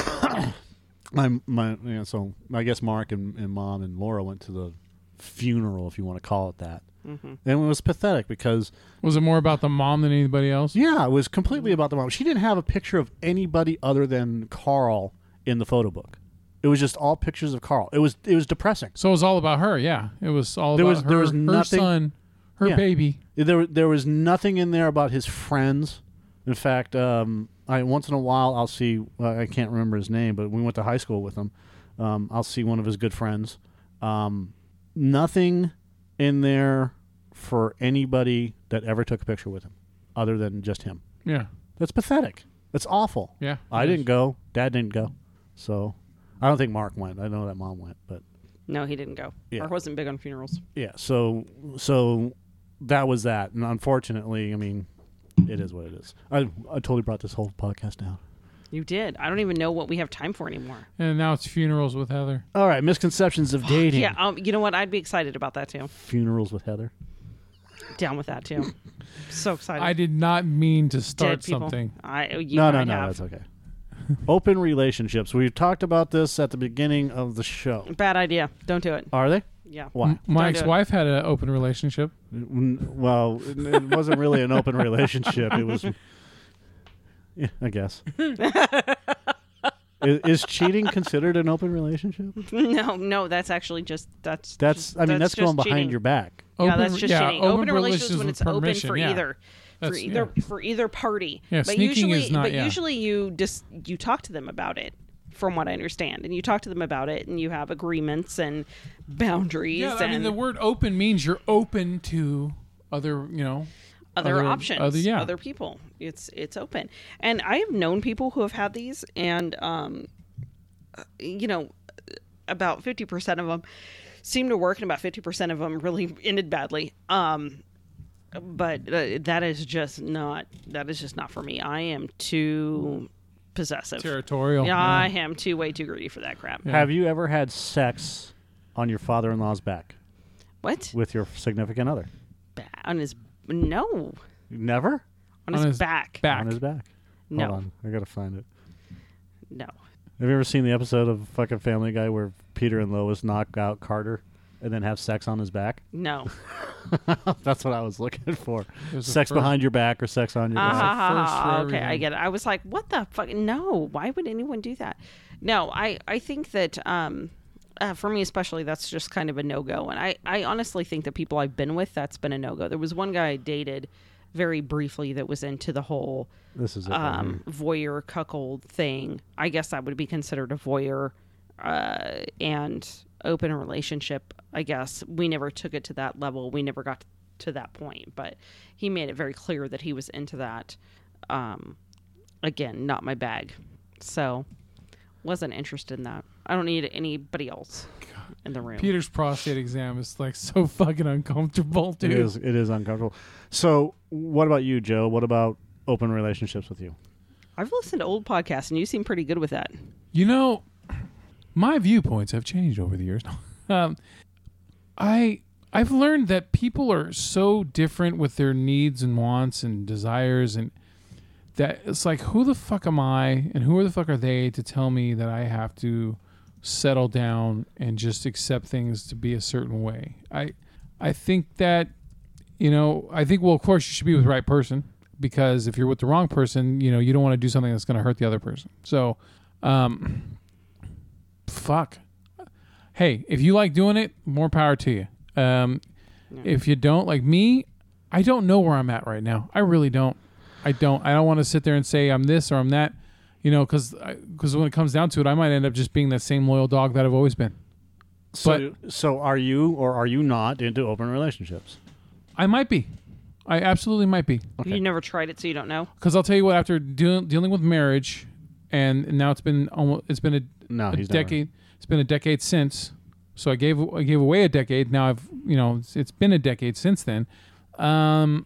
My my you know, so I guess Mark and, and mom and Laura went to the funeral, if you want to call it that. And it was pathetic because Was it more about the mom than anybody else? yeah, it was completely about the mom. She didn't have a picture of anybody other than Carl in the photo book. It was just all pictures of Carl. It was it was depressing. So it was all about her. Yeah, it was all There about was- her, there was her nothing- son, her Yeah. baby. There, there was nothing in there about his friends. In fact, um, I once in a while I'll see uh, I can't remember his name, but we went to high school with him. Um, I'll see one of his good friends. Um, nothing in there for anybody that ever took a picture with him, other than just him. Yeah, That's pathetic. That's awful. yeah. I didn't go. Dad didn't go. So I don't think Mark went. I know that mom went, but no, he didn't go. Yeah. Or wasn't big on funerals. yeah so so that was that and unfortunately i mean it is what it is i, I totally brought this whole podcast down You did. I don't even know what we have time for anymore. And now it's funerals with Heather. all right misconceptions of dating Yeah, um, you know what? I'd be excited about that too. funerals with heather Down with that too. so excited. I did not mean to start Dead people. something. I you no and no I no have. that's okay open relationships we talked about this at the beginning of the show Bad idea. Don't do it. are they Yeah. why M- My Don't do it. ex-wife had an open relationship. N- well it- it wasn't really an open relationship it was yeah, i guess is, is cheating considered an open relationship No, no, that's actually just that's that's i mean that's, going behind your back yeah, that's just yeah, cheating. Open, relations when with it's open permission, for yeah. either for That's- either for either party. Yeah, but sneaking usually, is not- but yeah. usually you just you talk to them about it, from what I understand, and you talk to them about it, and you have agreements and boundaries Yeah, I and mean the word "open" means you're open to other, you know, other, other- options, other- yeah. other people. It's it's open, and I have known people who have had these, and um, uh, you know, about fifty percent of them seem to work, and about fifty percent of them really ended badly. Um, but uh, that is just not that is just not for me. I am too possessive. territorial. Yeah, I am too way too greedy for that crap. Have you ever had sex on your father-in-law's back What with your significant other? Ba- on his no Never on, On his, his back? back. on his back. No. Hold on, I gotta find it. No, Have you ever seen the episode of fucking Family Guy where Peter and Lois knock out Carter and then have sex on his back? no. That's what I was looking for. was the Sex first- behind your back or sex on your Ah, back? ha, ha, first ha, for okay, I everything. get it. I was like, what the fuck? No, why would anyone do that? No, I, I think that um, uh, for me especially, that's just kind of a no go. And I, I honestly think that people I've been with, that's been a no go. There was one guy I dated very briefly that was into the whole This is it. right um, voyeur cuckold thing. I guess that would be considered a voyeur uh, and open relationship. I guess we never took it to that level. We never got to that point, but he made it very clear that he was into that. Um, again, not my bag. So wasn't interested in that. I don't need anybody else in the room. Peter's prostate exam is like so fucking uncomfortable, here. dude. It is. It is uncomfortable. So, what about you, Joe? What about open relationships with you? I've listened to old podcasts and you seem pretty good with that. You know, my viewpoints have changed over the years. um, I I've learned that people are so different with their needs and wants and desires and that it's like who the fuck am I and who the fuck are they to tell me that I have to settle down and just accept things to be a certain way. I I think that you know, I think well of course you should be with the right person because if you're with the wrong person, you know, you don't want to do something that's going to hurt the other person. So, um, fuck. Hey, if you like doing it, more power to you. Um, If you don't, like me, I don't know where I'm at right now. I really don't. I don't. I don't want to sit there and say I'm this or I'm that, you know, because because when it comes down to it, I might end up just being that same loyal dog that I've always been. So, so are you or are you not into open relationships? I might be. I absolutely might be. Okay. You never tried it, so you don't know. Because I'll tell you what, after deal- dealing with marriage, and now it's been almost it's been a No, a he's not right. decade. It's been a decade since. So I gave I gave away a decade. Now I've you know it's, it's been a decade since then. Um,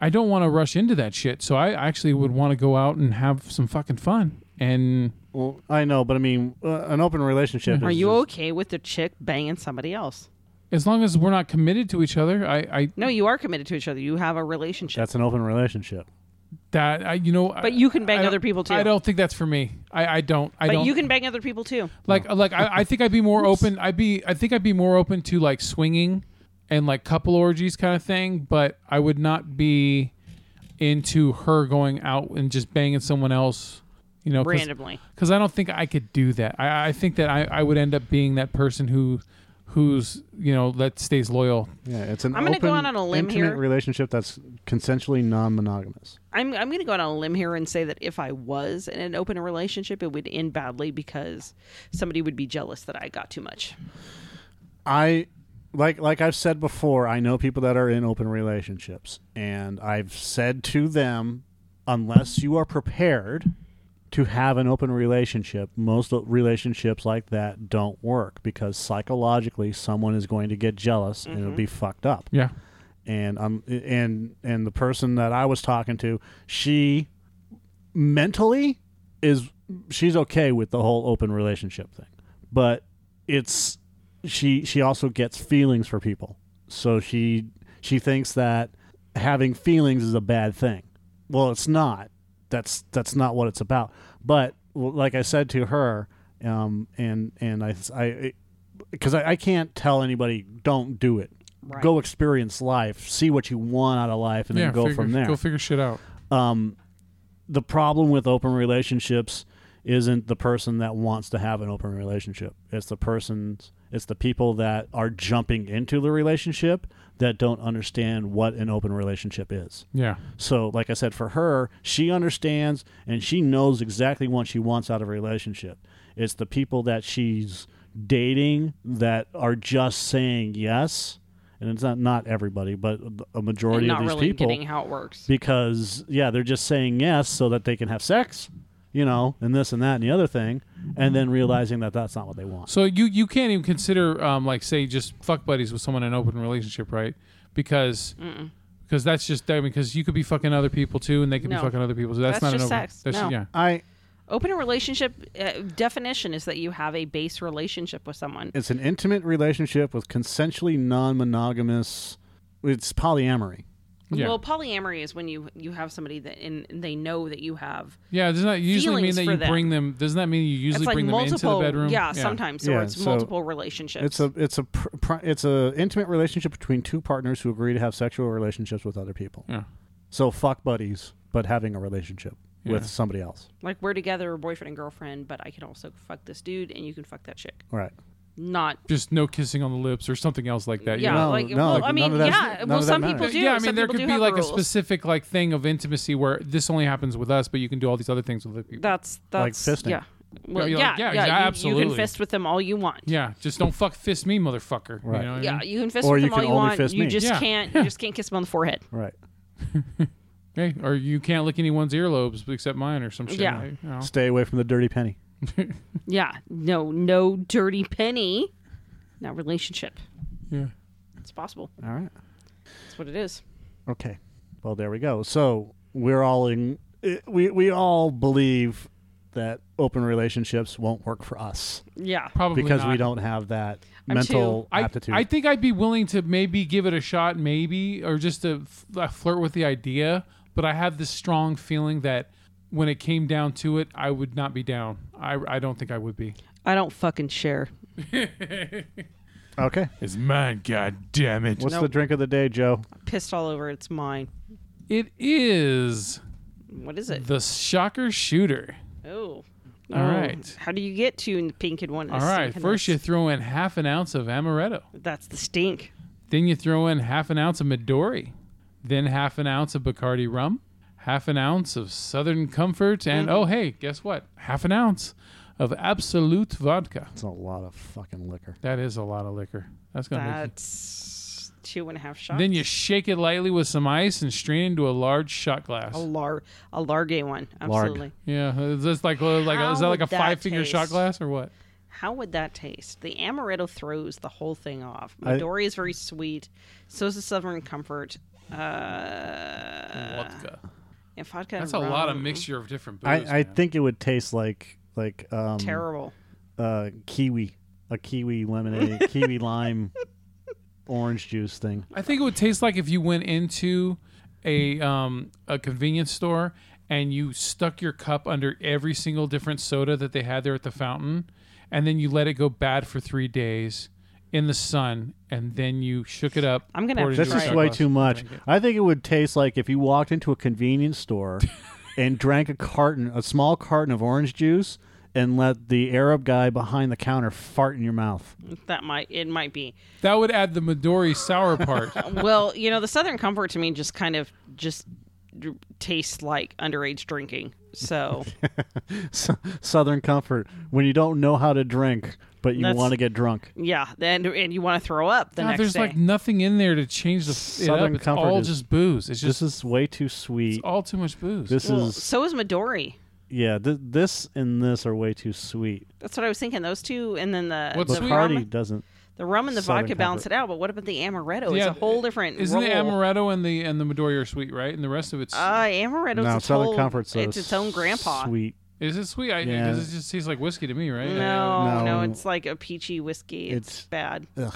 I don't want to rush into that shit. So I actually would want to go out and have some fucking fun. And Well, I know, but I mean, uh, an open relationship. Are is you just- okay with the chick banging somebody else? as long as we're not committed to each other, I I No, you are committed to each other. You have a relationship. That's an open relationship. that I, you know, But you can bang I don't- other people too. I don't think that's for me. I, I don't. I But don't. you can bang other people too. like like I, I think I'd be more open. I'd be I think I'd be more open to like swinging and like couple orgies kind of thing, but I would not be into her going out and just banging someone else, you know, Randomly. because I don't think I could do that. I, I think that I, I would end up being that person who who's you know that stays loyal. Yeah, it's an I'm gonna open, go out on a limb intimate here. relationship that's consensually non-monogamous. I'm I'm going to go out on a limb here and say that if I was in an open relationship, it would end badly because somebody would be jealous that I got too much. I like like I've said before, I know people that are in open relationships and I've said to them unless you are prepared to have an open relationship, most o- relationships like that don't work because psychologically someone is going to get jealous and it'll be fucked up. Yeah, and um and and the person that I was talking to, she mentally is she's okay with the whole open relationship thing, but it's she she also gets feelings for people, so she she thinks that having feelings is a bad thing. Well, it's not. That's that's not what it's about. But well, like I said to her, um, and and I I because I, I can't tell anybody don't do it Right. go experience life, see what you want out of life, and yeah. then go figure- from there. Go figure shit out. um, the problem with open relationships isn't the person that wants to have an open relationship. It's the person's, it's the people that are jumping into the relationship that don't understand what an open relationship is. Yeah, So, like I said, for her, she understands and she knows exactly what she wants out of a relationship. It's the people that she's dating that are just saying yes, and it's not not everybody, but a And majority of not these really people getting how it works. because yeah, they're just saying yes so that they can have sex, you know, and this and that and the other thing, and then realizing that that's not what they want. So you you can't even consider um, like say just fuck buddies with someone in an open relationship, right? Because because that's just I mean because you could be fucking other people too, and they could No. be fucking other people. So that's, That's not just an open. sex. That's No. yeah. I Open a relationship uh, definition is that you have a base relationship with someone. it's an intimate relationship with consensually non-monogamous. It's polyamory. Yeah. Well, polyamory is when you you have somebody that and they know that you have. Yeah, doesn't that usually mean Feelings that for you them. bring them? Doesn't that mean you usually it's like bring them into multiple. the bedroom? Yeah, sometimes. So Yeah, it's so multiple relationships. It's a it's a pr- pri it's a intimate relationship between two partners who agree to have sexual relationships with other people. Yeah. So fuck buddies, but having a relationship Yeah. with somebody else. like we're together, boyfriend and girlfriend, but I can also fuck this dude and you can fuck that chick. Right. Not Just no kissing on the lips or something else like that. you yeah, know? No, like no, well, like, I none mean, of that's- yeah, none well, of that some matters. people do. Yeah, I mean, Some there people could do be have like rules. a specific like thing of intimacy where this only happens with us, but you can do all these other things with other people. That's Like that's fisting. yeah. Well, you're yeah, like, yeah, yeah, yeah, you- You, absolutely. can fist with them all you want. yeah, just don't fuck fist me, motherfucker. You Right. know what I Yeah, mean? you can fist Or with you them all can you only want. fist you me. just Yeah. can't. You just can't kiss them on the forehead. Right. Hey, or you can't lick anyone's earlobes except mine or some shit. Yeah. like, you know. Stay away from the dirty penny. Yeah, no, no dirty penny. Now relationship. Yeah. It's possible. All right. That's what it is. Okay. Well, there we go. So we're all in. i- We we all believe that open relationships won't work for us Yeah. Probably because not. we don't have that I'm mental I, aptitude. I think I'd be willing to maybe give it a shot, maybe, or just to f- uh, flirt with the idea. But I have this strong feeling that when it came down to it, I would not be down. I, I don't think I would be. I don't fucking share. okay. It's mine, god damn it. What's the drink of the day, Joe? Pissed all over. It's mine. It is What is it? the Shocker Shooter. Oh. All Oh. right. How do you get to the pink and one? All right, first you you. throw in half an ounce of amaretto. That's the stink. Then you throw in half an ounce of Midori, then half an ounce of Bacardi rum, half an ounce of Southern Comfort, and oh hey, guess what? Half an ounce of Absolute vodka. It's a lot of fucking liquor. That is a lot of liquor. That's gonna make That's two and a half you. shots. Then you shake it lightly with some ice and strain into a large shot glass. a lar a largay one. Absolutely. Yeah, uh, is this like like How is that like a would that five finger shot taste? glass or what? How would that taste? The amaretto throws the whole thing off. I- Midori is very sweet. So is the Southern Comfort. Uh, Vodka. and vodka. and That's a lot of rum. mixture of different booze. I, I man. think it would taste like like um, Terrible. uh, kiwi, a kiwi lemonade, kiwi lime, orange juice thing. I think it would taste like if you went into a um, a convenience store and you stuck your cup under every single different soda that they had there at the fountain, and then you let it go bad for three days in the sun, and then you shook it up. I'm gonna have poured to That's it try into a just it. shot way glass, too and much. drank it. I think it would taste like if you walked into a convenience store and drank a carton, a small carton of orange juice, and let the Arab guy behind the counter fart in your mouth. That might it might be. That would add the Midori sour part. well, you know, the Southern Comfort to me just kind of just d- tastes like underage drinking. So S- Southern comfort when you don't know how to drink, but you That's- want to get drunk. yeah, then and you want to throw up the God, next there's day. like nothing in there to change the f- it up. Southern It's Comfort all is- just booze. It's just This is way too sweet. it's all too much booze. This well, is so is Midori. yeah. Th- this and this are way too sweet. That's what I was thinking. Those two, and then the What's the But sweet? Hardy rum, doesn't. the rum and the Southern vodka balance it Comfort. out. But what about the amaretto? Yeah, it's a whole different. Isn't the roll. amaretto and the and the Midori are sweet, right? And the rest of it's Uh, amaretto's No, its Southern whole, comfort's a It's its own grandpa. Sweet. is it sweet? I Yeah. because it just tastes like whiskey to me, right? No, no, No. it's like a peachy whiskey. It's, It's- bad. Ugh.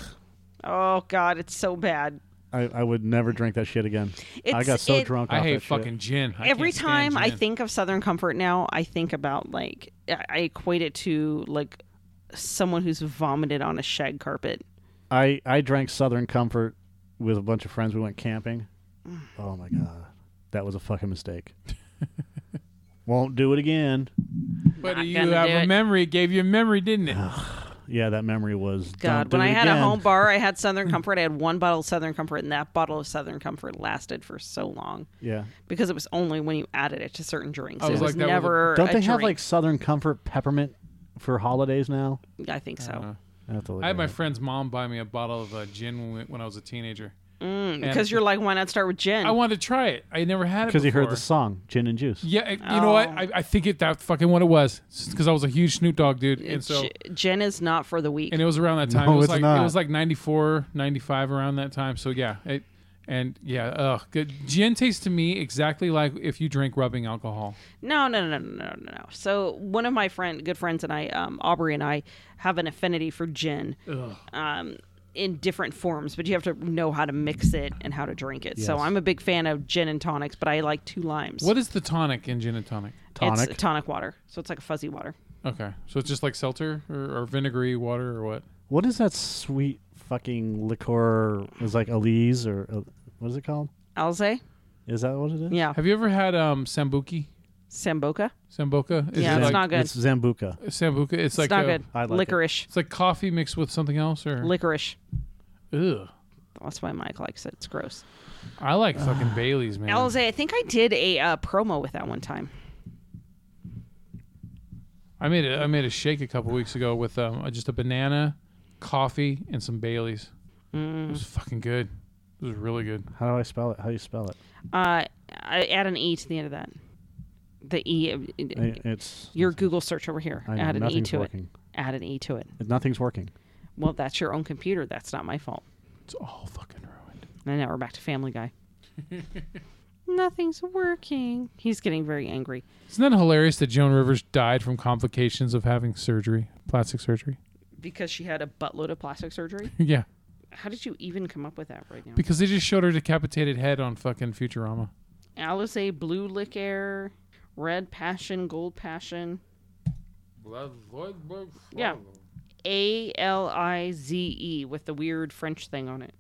Oh God, it's so bad. I, I would never drink that shit again. I It's- got so it- drunk. I, I off hate that shit. fucking gin. I every can't stand time I gin. think of Southern Comfort now, I think about like I I equate it to like someone who's vomited on a shag carpet. I I drank Southern Comfort with a bunch of friends. We went camping. Mm. Oh my god, that was a fucking mistake. Won't do it again. But Not you gonna have do a it. memory. It gave you a memory, didn't it? Oh, Yeah, that memory was. God, do when I it had a again. home bar, I had Southern Comfort. I had one bottle of Southern Comfort, and that bottle of Southern Comfort lasted for so long Yeah. because it was only when you added it to certain drinks. I was it was like that with a- never. Don't a they have like drink. Southern Comfort peppermint for holidays now? I think uh, so. I have to look I had it my up. friend's mom buy me a bottle of uh, gin when- when I was a teenager. Because Mm, you're like, why not start with gin? I wanted to try it. I never had it because because you heard the song "Gin and Juice." Yeah, I- you know what? Oh. I, I think it that fucking what it was because I was a huge Snoop Dogg dude, and so G- gin is not for the weak. and it was around that time. No, it was it's like not. it was like 94, 95 around that time. So yeah, it, and yeah, ugh, good. Gin tastes to me exactly like if you drink rubbing alcohol. No, no, no, no, no, no, no. So one of my friend, good friends, and I, um, Aubrey and I, have an affinity for gin, um, in different forms. But you have to know how to mix it and how to drink it. So Yes. I'm a big fan of gin and tonics, but I like two limes. What is the tonic in gin and tonic? Tonic. It's tonic water, so it's like a fuzzy water. Okay, so it's just like seltzer or, or vinegary water or what? What is that sweet fucking liquor? Is like Elise or uh, what is it called? Alze, Is that what it is? yeah, Have you ever had um sambuki? sambuca. Sambuca? Is Yeah, it it's like not good. It's Zambuca. sambuca. It's, It's like not a- good. I like it. licorice, It's like coffee mixed with something else or licorice. ugh. That's why Mike likes it. It's gross. I like fucking Bailey's, man. Alze, I think I did a uh, promo with that one time. I made a, I made a shake a couple weeks ago with um, just a banana, coffee, and some Bailey's. Mm. It was fucking good. It was really good. How do I spell it? How do you spell it? Uh, I add an e to the end of that. The e. I- It's your Google search over here. I know, Add an E nothing's to working. it. Add an E to it. Nothing's working. Well, that's your own computer. That's not my fault. It's all fucking ruined. And now we're back to Family Guy. Nothing's working. He's getting very angry. Isn't that hilarious that Joan Rivers died from complications of having surgery, plastic surgery? Because she had a buttload of plastic surgery? yeah, How did you even come up with that right now? because they just showed her decapitated head on fucking Futurama. Alize, Blue Liquor, Red Passion, Gold Passion. Yeah. A L I Z E with the weird French thing on it.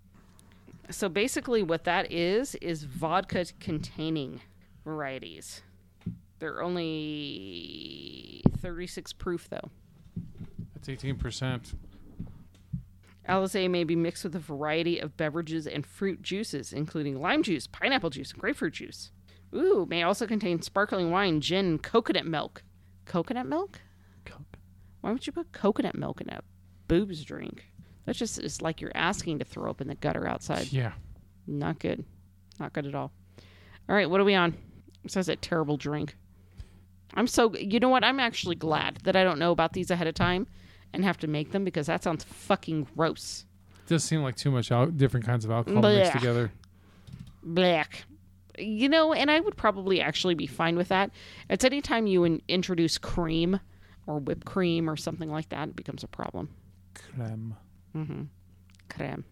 So basically, what that is is vodka containing varieties. They're only 36 proof, though. That's eighteen percent. Alizé may be mixed with a variety of beverages and fruit juices, including lime juice, pineapple juice, and grapefruit juice. Ooh, may also contain sparkling wine, gin, and coconut milk. Coconut milk? Coke. Why would you put coconut milk in a boobs drink? That just is like you're asking to throw up in the gutter outside. Yeah, Not good. Not good at all. All right, what are we on? It says a terrible drink. I'm so you know what? I'm actually glad that I don't know about these ahead of time and have to make them because that sounds fucking gross. it does seem like too much al- different kinds of alcohol mixed Blech. together. Black. You know, and I would probably actually be fine with that. It's any time you in- introduce cream or whipped cream or something like that, it becomes a problem. Creme. Mm-hmm. Creme.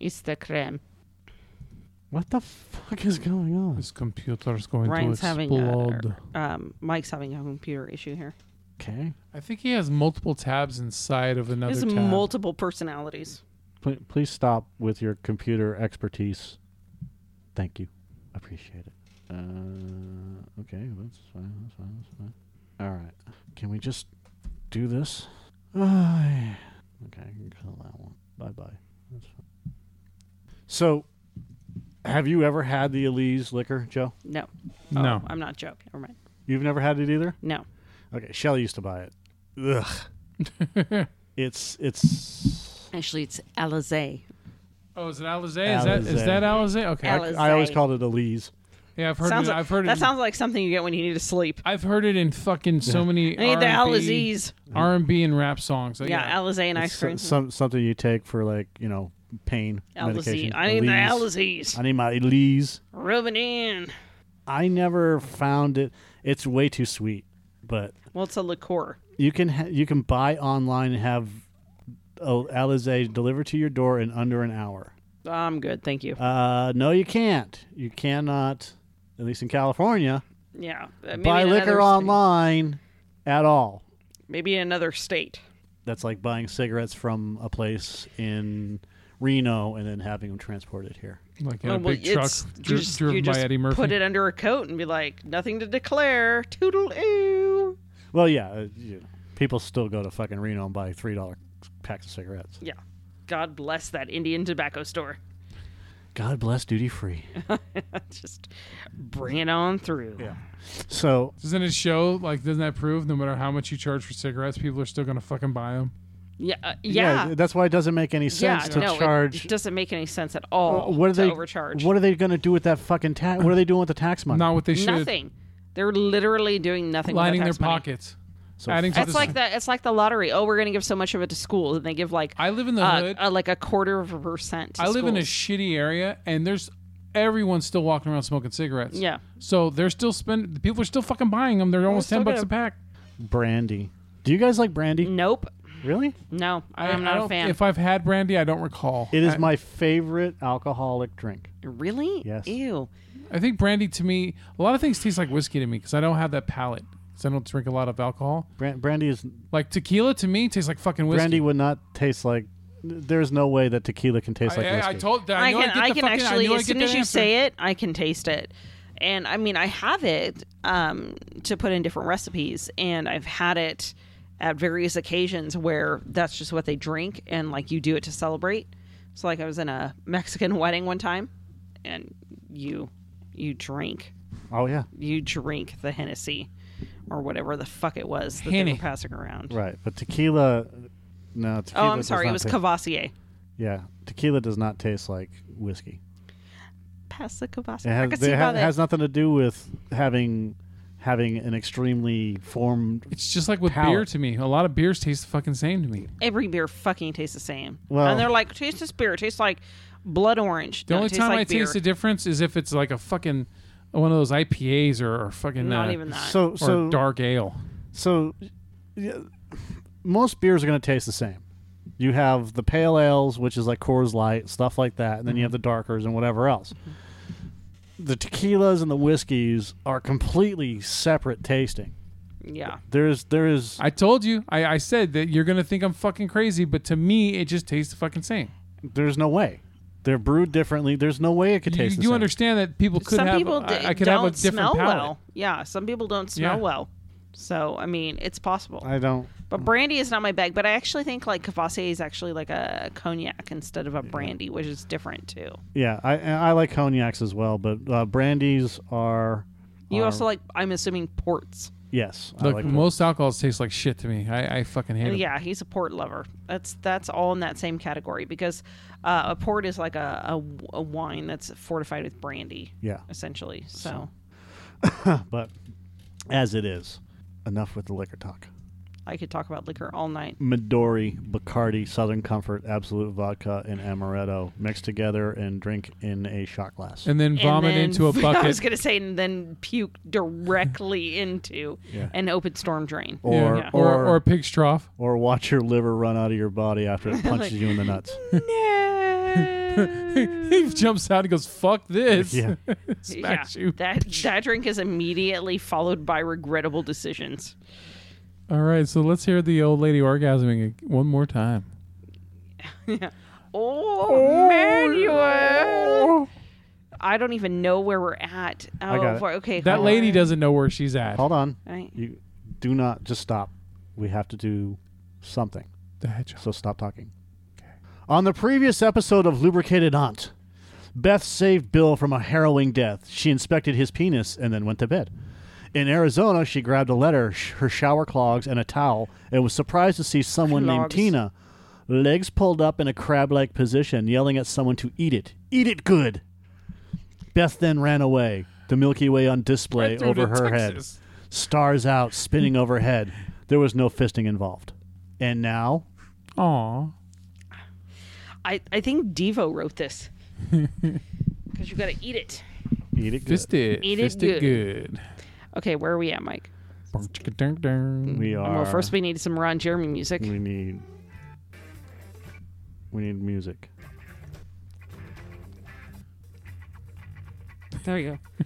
It's the creme. What the fuck is going on? This computer's going Ryan's to having explode. a, um, Mike's having a computer issue here. Okay. I think he has multiple tabs inside of another There's tab. multiple personalities. Pl- please stop with your computer expertise. Thank you. Appreciate it. Uh, okay, that's fine. That's fine. That's fine. All right. Can we just do this? Ah, okay, I can cut that one. Bye bye. That's fine. So, have you ever had the Elise liquor, Joe? No. no, Oh, I'm not joking. Never mind. You've never had it either? No. Okay, Shelly used to buy it. Ugh. it's it's. Actually, it's Alizé. Oh, is it Alizé? Is that is Alizé. that Alizé? Okay. I, I always Alizé. called it Elise. yeah, I've heard Sounds it. like- I've heard That it. sounds like something you get when you need to sleep. I've heard it in fucking so many I need the R&B, Alizés. R&B and rap songs. Like, Yeah, Alizé and ice so- cream. some something you take for like you know pain Alizé. medication. I need Aleve. the Alizés. I need my Elise. Rub it in. I never found it. It's way too sweet, but Well, it's a liqueur. you can ha- you can buy online and have uh, Alizé delivered to your door in under an hour. I'm good, thank you. Uh, no, you can't. You cannot, at least in California, yeah, uh, maybe buy in liquor another online at all. state- Maybe in another state. That's like buying cigarettes from a place in Reno and then having them transported here. like in Oh, a well, big truck it's- you dri- just- driven you by just Eddie Murphy. Put it under a coat and be like, nothing to declare. Toodle oo. Well, yeah, uh, you know, people still go to fucking Reno and buy three dollar packs of cigarettes. Yeah. God bless that Indian tobacco store. God bless duty free. just bring it on through. Yeah. So doesn't it show like doesn't that prove no matter how much you charge for cigarettes, people are still gonna fucking buy them? Yeah. uh, yeah. yeah. that's why it doesn't make any sense Yeah, to no, it- charge. Uh, It, doesn't make any sense at all. what are to they? overcharge? What are they going to do with that fucking tax? What are they doing with the tax money? Not what they should. nothing. They're literally doing nothing. with Lining that their tax money. pockets. So adding to It's the like the it's like the lottery. Oh, we're gonna give so much of it to schools, and they give like I live in the uh, hood. uh, like a quarter of a percent. To I live in a schools. shitty area, and there's everyone's still walking around smoking cigarettes. Yeah. So they're still spending. People are still fucking buying them. They're almost still ten bucks gonna- a pack. brandy. Do you guys like brandy? nope. Really? No, I, I'm I not don't- a fan. If I've had brandy, I don't recall. It is I, my favorite alcoholic drink. really? Yes. Ew. I think brandy to me, a lot of things taste like whiskey to me because I don't have that palate. Because I don't drink a lot of alcohol. Bran- brandy is Like tequila to me tastes like fucking whiskey. brandy would not taste like. There's no way that tequila can taste like I, whiskey. I, I told. I, I know can I, get I, the can fucking, I actually knew I as get soon that as you answer. say it, I can taste it. And I mean, I have it um, to put in different recipes, and I've had it at various occasions where that's just what they drink, and like you do it to celebrate. So like I was in a Mexican wedding one time, and you you drink oh yeah, you drink the Hennessy or whatever the fuck it was that they Henny. were passing around. right. But tequila, no. Tequila Oh, I'm does sorry, it not was taste- Cavassier. Yeah, tequila does not taste like whiskey. Pass the Cavassier. It I has, could they see ha- how it that- has nothing to do with having having an extremely formed. It's just like with Palate. beer to me. A lot of beers taste the fucking same to me. every beer fucking tastes the same. Well- and they're like, taste this beer. It tastes like blood orange. The No, it only tastes time like I beer. taste a difference is if it's like a fucking one of those IPAs or, or fucking Not uh, even that. So or so dark ale. so, yeah, most beers are going to taste the same. You have the pale ales, which is like Coors Light, stuff like that, and then Mm-hmm. you have the darkers and whatever else. The tequilas and the whiskeys are completely separate tasting. yeah. There's there is I told you. I, I said that you're gonna think I'm fucking crazy, but to me, it just tastes the fucking same. there's no way. They're brewed differently. There's no way it could You, taste the you same. understand that people could some have. people d- I, I could don't have a different smell palate. well. Yeah, some people don't smell Yeah. well. So I mean, it's possible. I don't. but brandy is not my bag. But I actually think like Cavassier is actually like a cognac instead of a brandy, which is different too. Yeah, I I like cognacs as well, but uh, brandies are. You are- Um, also like, I'm assuming ports. Yes, I Look, like most alcohols taste like shit to me. I, I fucking hate And them. yeah, he's a port lover. That's that's all in that same category because uh, a port is like a, a, a wine that's fortified with brandy, Yeah, essentially. so. but as it is, enough with the liquor talk. I could talk about liquor all night. Midori, Bacardi, Southern Comfort, Absolute Vodka, and Amaretto mixed together and drink in a shot glass. And then vomit And then- into a I was bucket. gonna say, and then puke directly into Yeah. an open storm drain. Or- Yeah. or, or- or a pig's trough. or watch your liver run out of your body after it punches you in the nuts. no. he jumps out and goes, "Fuck this!" Yeah. Smacks yeah, you. that that drink is immediately followed by regrettable decisions. All right, so let's hear the old lady orgasming one more time. Oh, Manuel! I don't even know where we're at. Oh, I got it. boy, okay. That hold lady on. doesn't know where she's at. Hold on. Right. You do not just stop. We have to do something. The hedgehog. So stop talking. On the previous episode of Lubricated Aunt, Beth saved Bill from a harrowing death. She inspected his penis and then went to bed. In Arizona, she grabbed a letter, sh- her shower clogs, and a towel, and was surprised to see someone named Clogs. Tina, legs pulled up in a crab like position, yelling at someone to eat it. Eat it good! Beth then ran away, the Milky Way on display Right over through to her head Texas. stars out, spinning overhead. There was no fisting involved. And now, Aw. I, I think Devo wrote this. Because you got to eat it. eat it good. Fist it. Eat it Fist it good. Okay, where are we at, Mike? Bong, chicka, dong, dong. We are. Well, first we need some Ron Jeremy music. Uh, we need. We need music. There you go.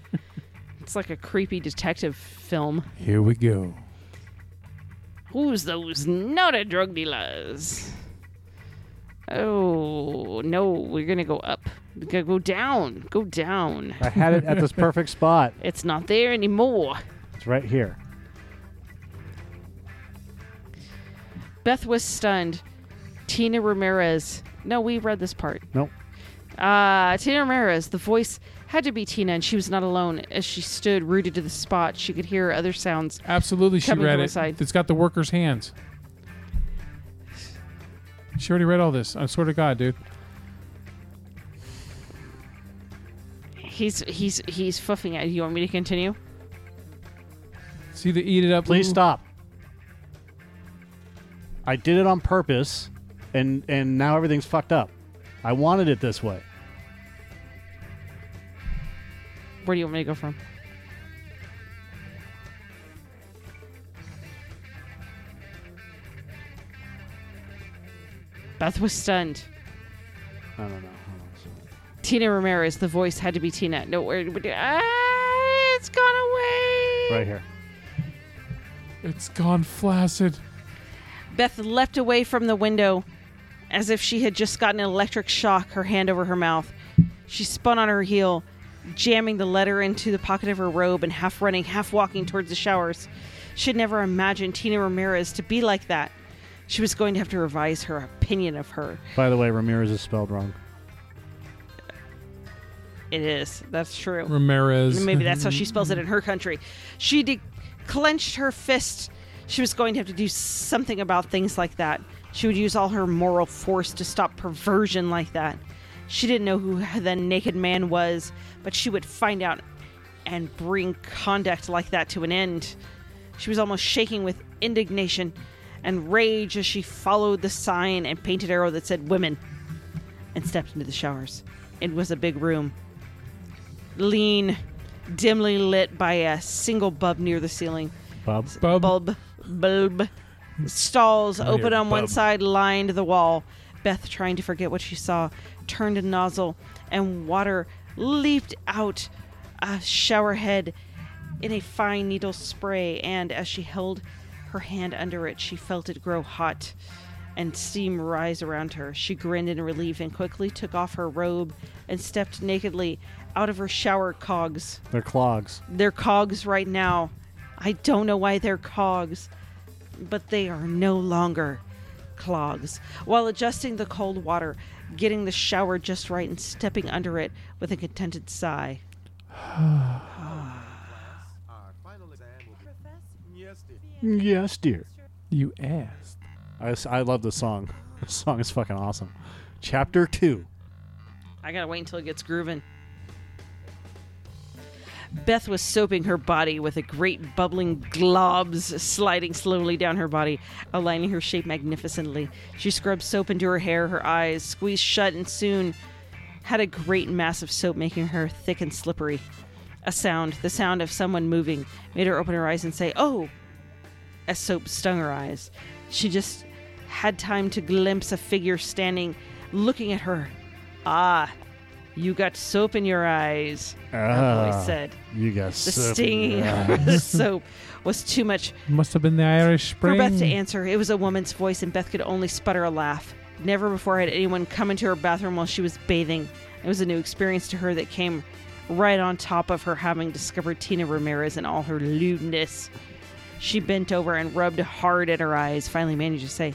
it's like a creepy detective film. Here we go. Who's those not a drug dealers? Oh no, we're gonna go up. We gotta go down. Go down. I had it at this perfect spot. It's not there anymore. It's right here. Beth was stunned. Tina Ramirez. No, we read this part. Nope. Uh, Tina Ramirez, the voice had to be Tina, and she was not alone. As she stood rooted to the spot, she could hear other sounds. Absolutely, she Coming read from it. a side. It's got the worker's hands. She already read all this. I swear to God, dude. He's he's he's fuffing at. You want me to continue? See the eat it up. Please Lou? stop. I did it on purpose, and and now everything's fucked up. I wanted it this way. Where do you want me to go from? Beth was stunned. I don't know. Hold on a second. Tina Ramirez, the voice had to be Tina. No, where, where- ah, it's gone away. Right here. It's gone flaccid. Beth leapt away from the window as if she had just gotten an electric shock, her hand over her mouth. She spun on her heel, jamming the letter into the pocket of her robe and half running, half walking towards the showers. She had never imagined Tina Ramirez to be like that. She was going to have to revise her opinion of her. By the way, Ramirez is spelled wrong. It is. That's true. Ramirez. Maybe that's how she spells it in her country. She de- clenched her fist. She was going to have to do something about things like that. She would use all her moral force to stop perversion like that. She didn't know who the naked man was, but she would find out and bring conduct like that to an end. She was almost shaking with indignation and rage as she followed the sign and painted arrow that said women and stepped into the showers. It was a big room lean, dimly lit by a single bulb near the ceiling. Bob. Bub. Bulb, bulb. Stalls hear open on one bub. side lined the wall. Beth, trying to forget what she saw, turned a nozzle and water leaped out a shower head in a fine needle spray. And as she held her hand under it, she felt it grow hot and steam rise around her. She grinned in relief and quickly took off her robe and stepped nakedly out of her shower cogs. They're clogs. They're cogs right now. I don't know why they're cogs, but they are no longer clogs. While adjusting the cold water, getting the shower just right and stepping under it with a contented sigh. Our final exam will be. Yes, dear. Yes, dear. You asked. I, s- I love this song. This song is fucking awesome. Chapter two. I gotta wait until it gets grooving. Beth was soaping her body with a great bubbling globs sliding slowly down her body, outlining her shape magnificently. She scrubbed soap into her hair, her eyes squeezed shut, and soon had a great mass of soap making her thick and slippery. A sound, the sound of someone moving, made her open her eyes and say, Oh! As soap stung her eyes. She just had time to glimpse a figure standing, looking at her. Ah, you got soap in your eyes, her Ah, voice said. You got The soap in stinging your eye. of the soap was too much Must have been the Irish for Spring. Beth to answer. It was a woman's voice, and Beth could only sputter a laugh. Never before had anyone come into her bathroom while she was bathing. It was a new experience to her that came right on top of her having discovered Tina Ramirez and all her lewdness. She bent over and rubbed hard at her eyes, finally managed to say,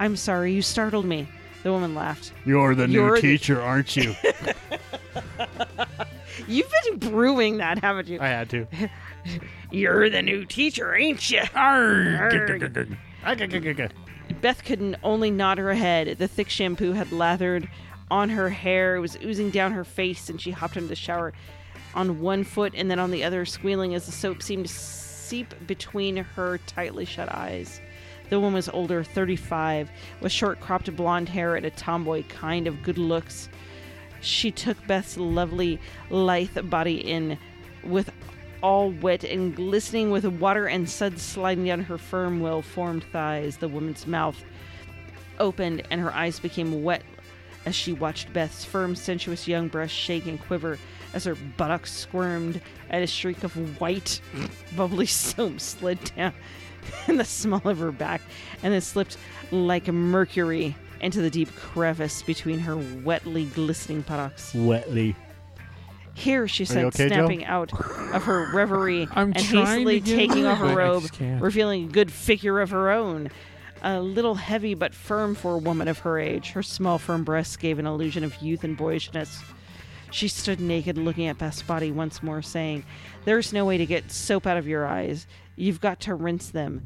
I'm sorry, you startled me. The woman laughed. You're the new You're the- teacher, aren't you? You've been brewing that, haven't you? I had to. You're the new teacher, ain't you? Arrgh. Beth could n- only nod her head. The thick shampoo had lathered on her hair, it was oozing down her face, and she hopped into the shower on one foot and then on the other, squealing as the soap seemed to seep between her tightly shut eyes. The woman was older, 35, with short cropped blonde hair and a tomboy kind of good looks. She took Beth's lovely, lithe body in with all wet and glistening with water and suds sliding down her firm, well formed thighs. The woman's mouth opened and her eyes became wet as she watched Beth's firm, sensuous young breast shake and quiver as her buttocks squirmed at a streak of white, bubbly soap slid down in the small of her back and then slipped like mercury into the deep crevice between her wetly glistening buttocks. Wetly. Here, she said, okay, Joe? snapping out of her reverie I'm and trying to hastily get taking off away, her but I robe, just can't. revealing a good figure of her own. A little heavy but firm for a woman of her age, her small, firm breasts gave an illusion of youth and boyishness. She stood naked, looking at Beth's body once more, saying, There's no way to get soap out of your eyes. You've got to rinse them.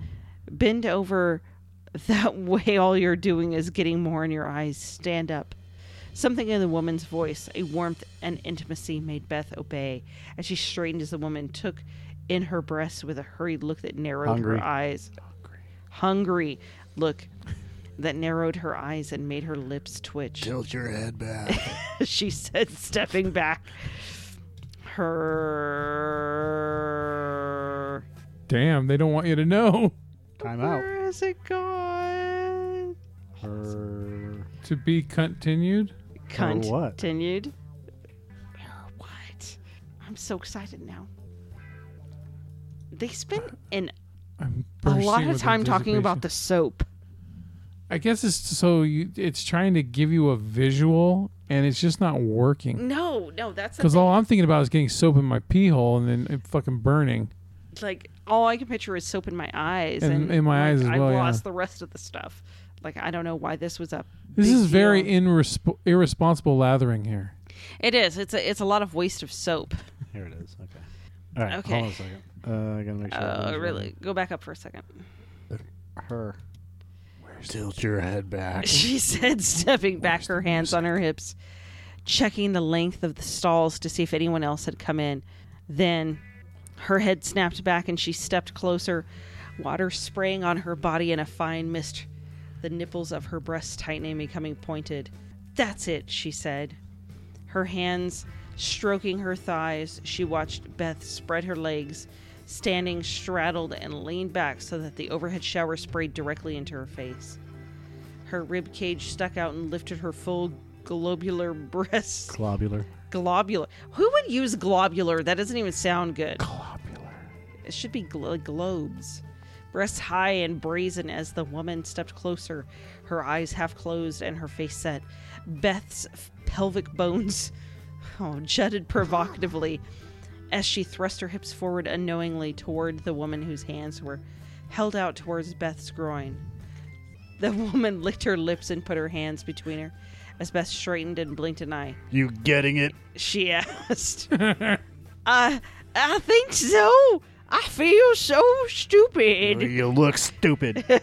Bend over. That way, all you're doing is getting more in your eyes. Stand up. Something in the woman's voice, a warmth and intimacy, made Beth obey as she straightened as the woman took in her breasts with a hurried look that narrowed Hungry. her eyes. Hungry look that narrowed her eyes and made her lips twitch Tilt your head back. she said, stepping back. Her. Damn, they don't want you to know. Time out. Where is it gone? Her- To be continued. Her what? Continued. Her what? I'm so excited now. They spent an, I'm a bursting lot of with time talking anticipation. about the soap. I guess it's so you, it's trying to give you a visual, and it's just not working. No, no, that's Mm, the Because thing. all I'm thinking about is getting soap in my pee hole and then it fucking burning. like all I can picture is soap in my eyes, And and in my like, eyes as well, I've yeah. lost the rest of the stuff. Like I don't know why this was up. This is very irresp- irresponsible lathering here. It is. It's a, it's a lot of waste of soap. Here it is. Okay. All right. Okay. Hold on a second. Uh, I gotta make sure. Uh, everything's really, go back up for a second. right. Her. Tilt your head back. She said, stepping back, her hands on her hips, checking the length of the stalls to see if anyone else had come in. Then her head snapped back and she stepped closer, water spraying on her body in a fine mist, the nipples of her breasts tightening, becoming pointed. That's it, she said. Her hands stroking her thighs, she watched Beth spread her legs, standing straddled and leaned back so that the overhead shower sprayed directly into her face. Her rib cage stuck out and lifted her full globular breasts. Globular. Globular. Who would use globular? That doesn't even sound good. It should be gl- globes. Breasts high and brazen as the woman stepped closer, her eyes half closed and her face set. Beth's f- pelvic bones oh, jutted provocatively as she thrust her hips forward unknowingly toward the woman whose hands were held out towards Beth's groin. The woman licked her lips and put her hands between her as Beth straightened and blinked an eye. You getting it? She asked. uh, I think so. I feel so stupid. You look stupid.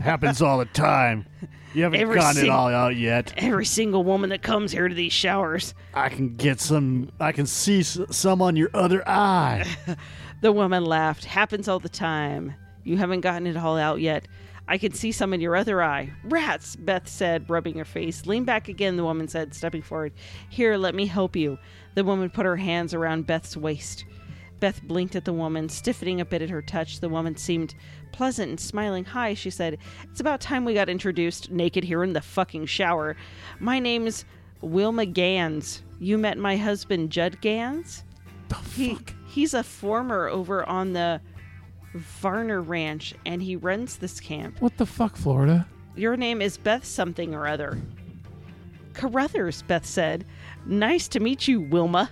Happens all the time. You haven't Every gotten it sing- all out yet. Every single woman that comes here to these showers. I can get some. I can see s- some on your other eye. The woman laughed. Happens all the time. You haven't gotten it all out yet. I can see some in your other eye. Rats, Beth said, rubbing her face. Lean back again, the woman said, stepping forward. Here, let me help you. The woman put her hands around Beth's waist. Beth blinked at the woman, stiffening a bit at her touch. The woman seemed pleasant and smiling. Hi, she said. It's about time we got introduced, naked here in the fucking shower. My name's Wilma Gans. You met my husband, Judd Gans? he, He's a former over on the Varner Ranch, and he runs this camp. What the fuck, Florida? Your name is Beth something or other. Carruthers, Beth said. Nice to meet you, Wilma.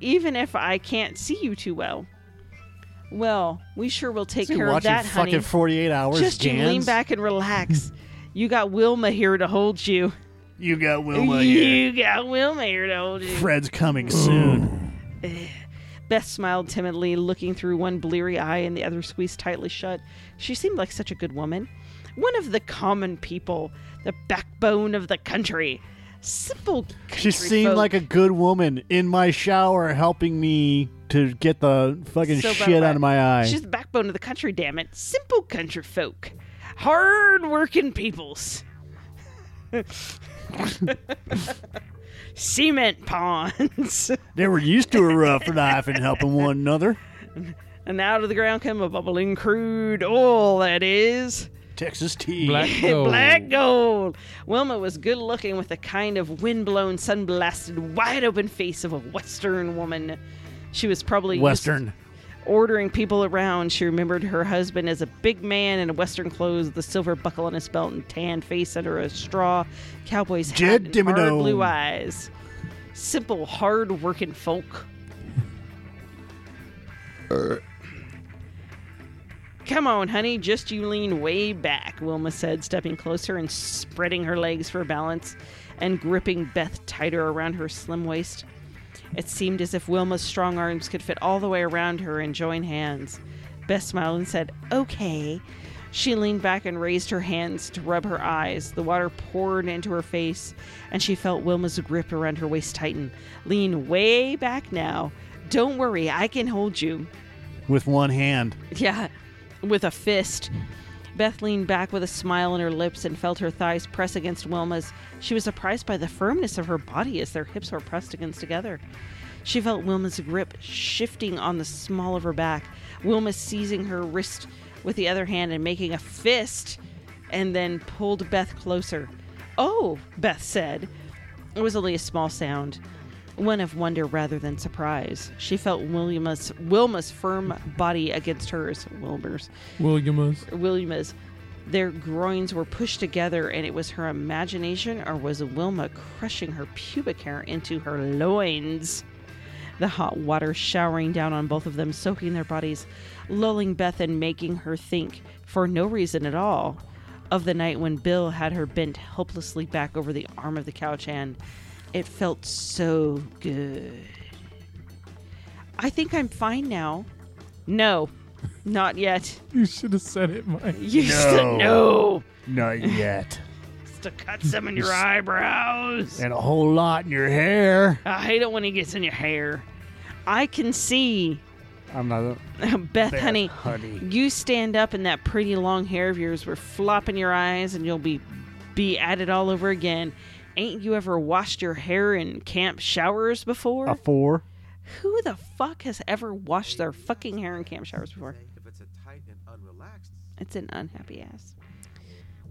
Even if I can't see you too well. Well, we sure will take You're care of watching that, fucking honey. 48 hours, Just you lean Gans. back and relax. you got Wilma here to hold you. You got Wilma here. you got Wilma here to hold you. Fred's coming soon. Beth smiled timidly, looking through one bleary eye and the other squeezed tightly shut. She seemed like such a good woman. One of the common people, the backbone of the country. Simple She country seemed folk. like a good woman in my shower helping me to get the fucking So shit out bad. of my eye. She's the backbone of the country, damn it. Simple country folk. Hard working peoples. Cement ponds. they were used to a rough life and helping one another. and out of the ground came a bubbling crude oil, that is. Texas tea. Black gold. Black gold. Wilma was good looking with the kind of windblown, sunblasted, wide open face of a Western woman. She was probably used Western. to ordering people around. She remembered her husband as a big man in Western clothes, the silver buckle on his belt, and tan face under a straw cowboy's hat, Jed and hard Dimino. blue eyes. Simple, hard working folk. Come on, honey, just you lean way back, Wilma said, stepping closer and spreading her legs for balance and gripping Beth tighter around her slim waist. It seemed as if Wilma's strong arms could fit all the way around her and join hands. Beth smiled and said, Okay. She leaned back and raised her hands to rub her eyes. The water poured into her face, and she felt Wilma's grip around her waist tighten. Lean way back now. Don't worry, I can hold you. With one hand. Yeah, with a fist. Beth leaned back with a smile on her lips and felt her thighs press against Wilma's. She was surprised by the firmness of her body as their hips were pressed against together. She felt Wilma's grip shifting on the small of her back, Wilma seizing her wrist with the other hand and making a fist, and then pulled Beth closer. Oh, Beth said. It was only a small sound, one of wonder rather than surprise. She felt Wilma's, Wilma's firm body against hers, Wilmer's, Williams. Wilma's. Their groins were pushed together, and it was her imagination, or was Wilma crushing her pubic hair into her loins? The hot water showering down on both of them, soaking their bodies, lulling Beth and making her think, for no reason at all, of the night when Bill had her bent helplessly back over the arm of the couch, and it felt so good. I think I'm fine now. No, not yet. You should have said it, Mike. You said no. Not yet. To cut some in your eyebrows. and a whole lot in your hair. I hate it when he gets in your hair. I can see. I'm not. a- Beth, honey, honey. you stand up and that pretty long hair of yours will flop in your eyes and you'll be be at it all over again. Ain't you ever washed your hair in camp showers before? A four. Who the fuck has ever washed their fucking hair in camp showers before? If it's a tight and unrelaxed, It's an unhappy ass.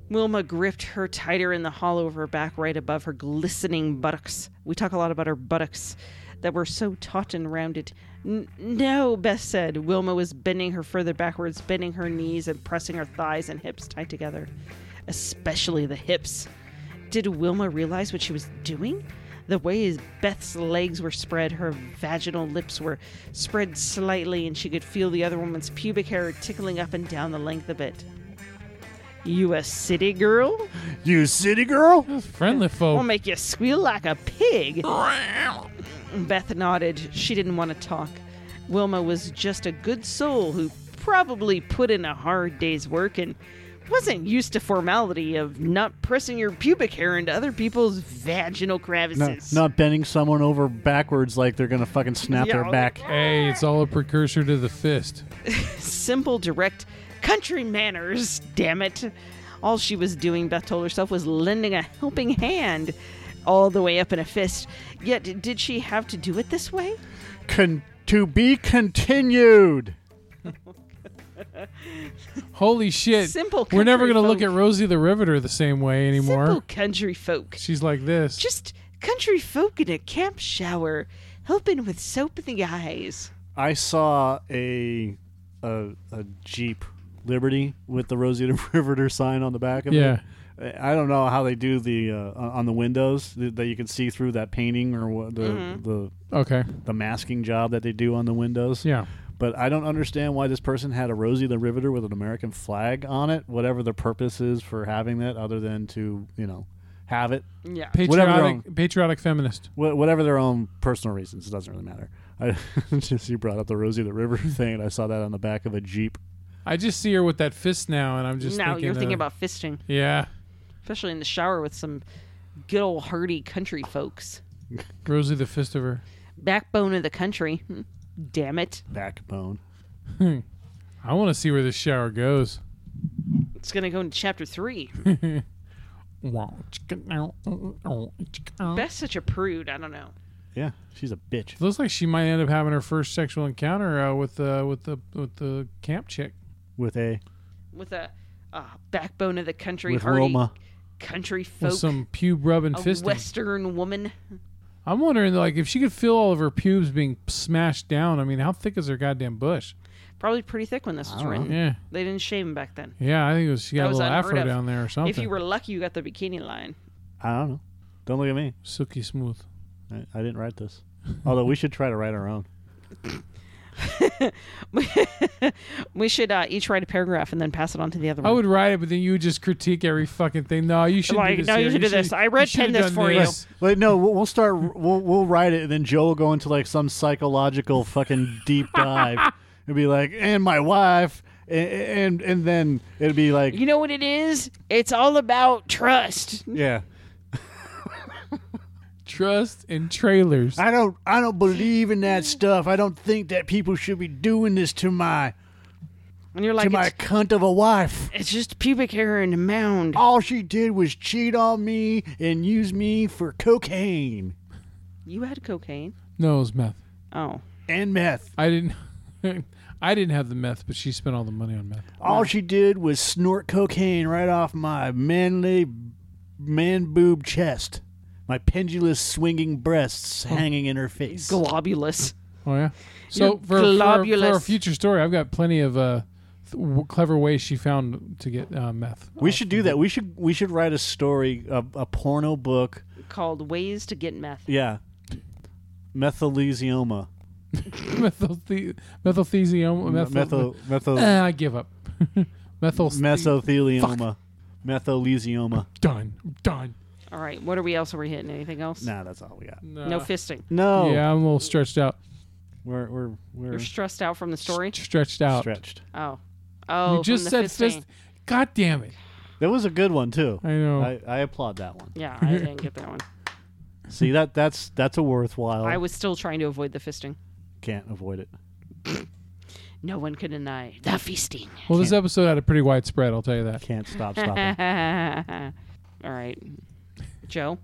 Wilma gripped her tighter in the hollow of her back, right above her glistening buttocks. We talk a lot about her buttocks that were so taut and rounded. N- no, Beth said. Wilma was bending her further backwards, bending her knees and pressing her thighs and hips tight together, especially the hips. Did Wilma realize what she was doing? The way his- Beth's legs were spread, her vaginal lips were spread slightly, and she could feel the other woman's pubic hair tickling up and down the length of it. You a city girl? You city girl. Friendly I'll folk. make you squeal like a pig. Beth nodded. She didn't want to talk. Wilma was just a good soul who probably put in a hard day's work and wasn't used to formality of not pressing your pubic hair into other people's vaginal Not, crevices. not bending someone over backwards like they're gonna fucking snap Yeah. their back. Hey, it's all a precursor to the fist. simple, direct country manners, damn it. All she was doing, Beth told herself, was lending a helping hand all the way up in a fist. Yet, did she have to do it this way? Con- to be continued. Holy shit. Simple We're never country going to look folk. at Rosie the Riveter the same way anymore. Simple country folk. She's like this. Just Country folk in a camp shower, helping with soap in the eyes. I saw a a, a Jeep Liberty with the Rosita Riveter sign on the back of Yeah. it. I don't know how they do the uh, on the windows th- that you can see through that painting or what the the Okay. the masking job that they do on the windows. Yeah. But I don't understand why this person had a Rosie the Riveter with an American flag on it. Whatever the purpose is for having that, other than to you know have it. Yeah. Whatever their Patriotic, patriotic feminist. Wh- whatever their own personal reasons, it doesn't really matter. I just you brought up the Rosie the River thing, and I saw that on the back of a Jeep. I just see her with that fist now, and I'm just now thinking you're of- thinking about fisting, yeah, especially in the shower with some good old hardy country folks. Rosie the fist of her. Backbone of the country. Hmm. Damn it. Backbone. I want to see where this shower goes. It's going to go into chapter three. Looks Beth's such a prude. I don't know. Yeah, she's a bitch. like she might end up having her first sexual encounter uh, with the with the with the camp chick. With a With a uh, backbone of the country, with hardy Roma. country With folk, some pube rubbing a fisting. Western woman. I'm wondering, like, if she could feel all of her pubes being smashed down. I mean, how thick is her goddamn bush? Probably pretty thick when this was written. Yeah, They didn't shave him back then. yeah. I think it was she got That a was little unheard afro of. down there or something. If you were lucky, you got the bikini line. I don't know. Don't look at me. silky smooth. I, I didn't write this. Although we should try to write our own. We should uh, each write a paragraph and then pass it on to the other I one. would write it, but then you would just critique every fucking thing. No, you should Like, do this. no, you here. should do this. I red should've pen this done for you. this. Wait, no, we'll, we'll start. We'll we'll write it, and then Joe will go into like some psychological fucking deep dive and be like, and my wife, and and, and then it'd be like, You know what it is? It's all about trust. yeah, Trust in trailers. I don't I don't believe in that stuff. I don't think that people should be doing this to my And you're to like, my it's, cunt of a wife. it's just pubic hair and a mound. All she did was cheat on me and use me for cocaine You had cocaine. no, it was meth. Oh. and meth. I didn't. I didn't have the meth, but she spent all the money on meth. All she did was snort cocaine right off my manly man boob chest. My pendulous swinging breasts hanging in her face. Globulous. Oh yeah. So You're for, for, for a globulous. future story, I've got plenty of uh, th- w- clever ways she found to get uh, meth. We should do that. We should we should write a story, a, a porno book. Called Ways to Get Meth. Yeah, methylesioma. Methylthe- methylthesioma. Methyl. Methyl, methyl, Eh, I give up. Methyl. mesothelioma, methylesioma. Done. Done. All right. What are we else? Are we hitting anything else? Nah, that's all we got. No Oh. fisting. No, Yeah, I'm a little stretched out. we're we're we're You're stressed out from the story? Stretched out. stretched. Oh. Oh. you just from said the fisting. fist. God damn it. That was a good one too. I know. I, I applaud that one. Yeah, I didn't get that one. See that that's that's a Oh. worthwhile. I was still trying to avoid the fisting. can't avoid it. No one could deny the feasting. well, this episode had a pretty wide spread, I'll tell you that. Can't stop stopping. All right. Joe?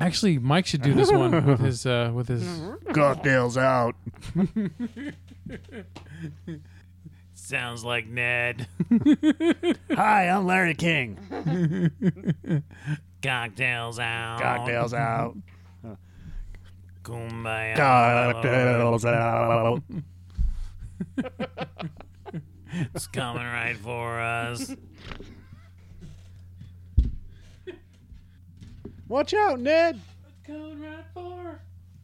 Actually, Mike should do this one with his uh, with his Mm-hmm. Cocktails out. Sounds like Ned. Hi, I'm Larry King. Cocktails out. Cocktails out. Kumbaya. Cocktails out. It's coming right for us. Watch out, Ned. Coming right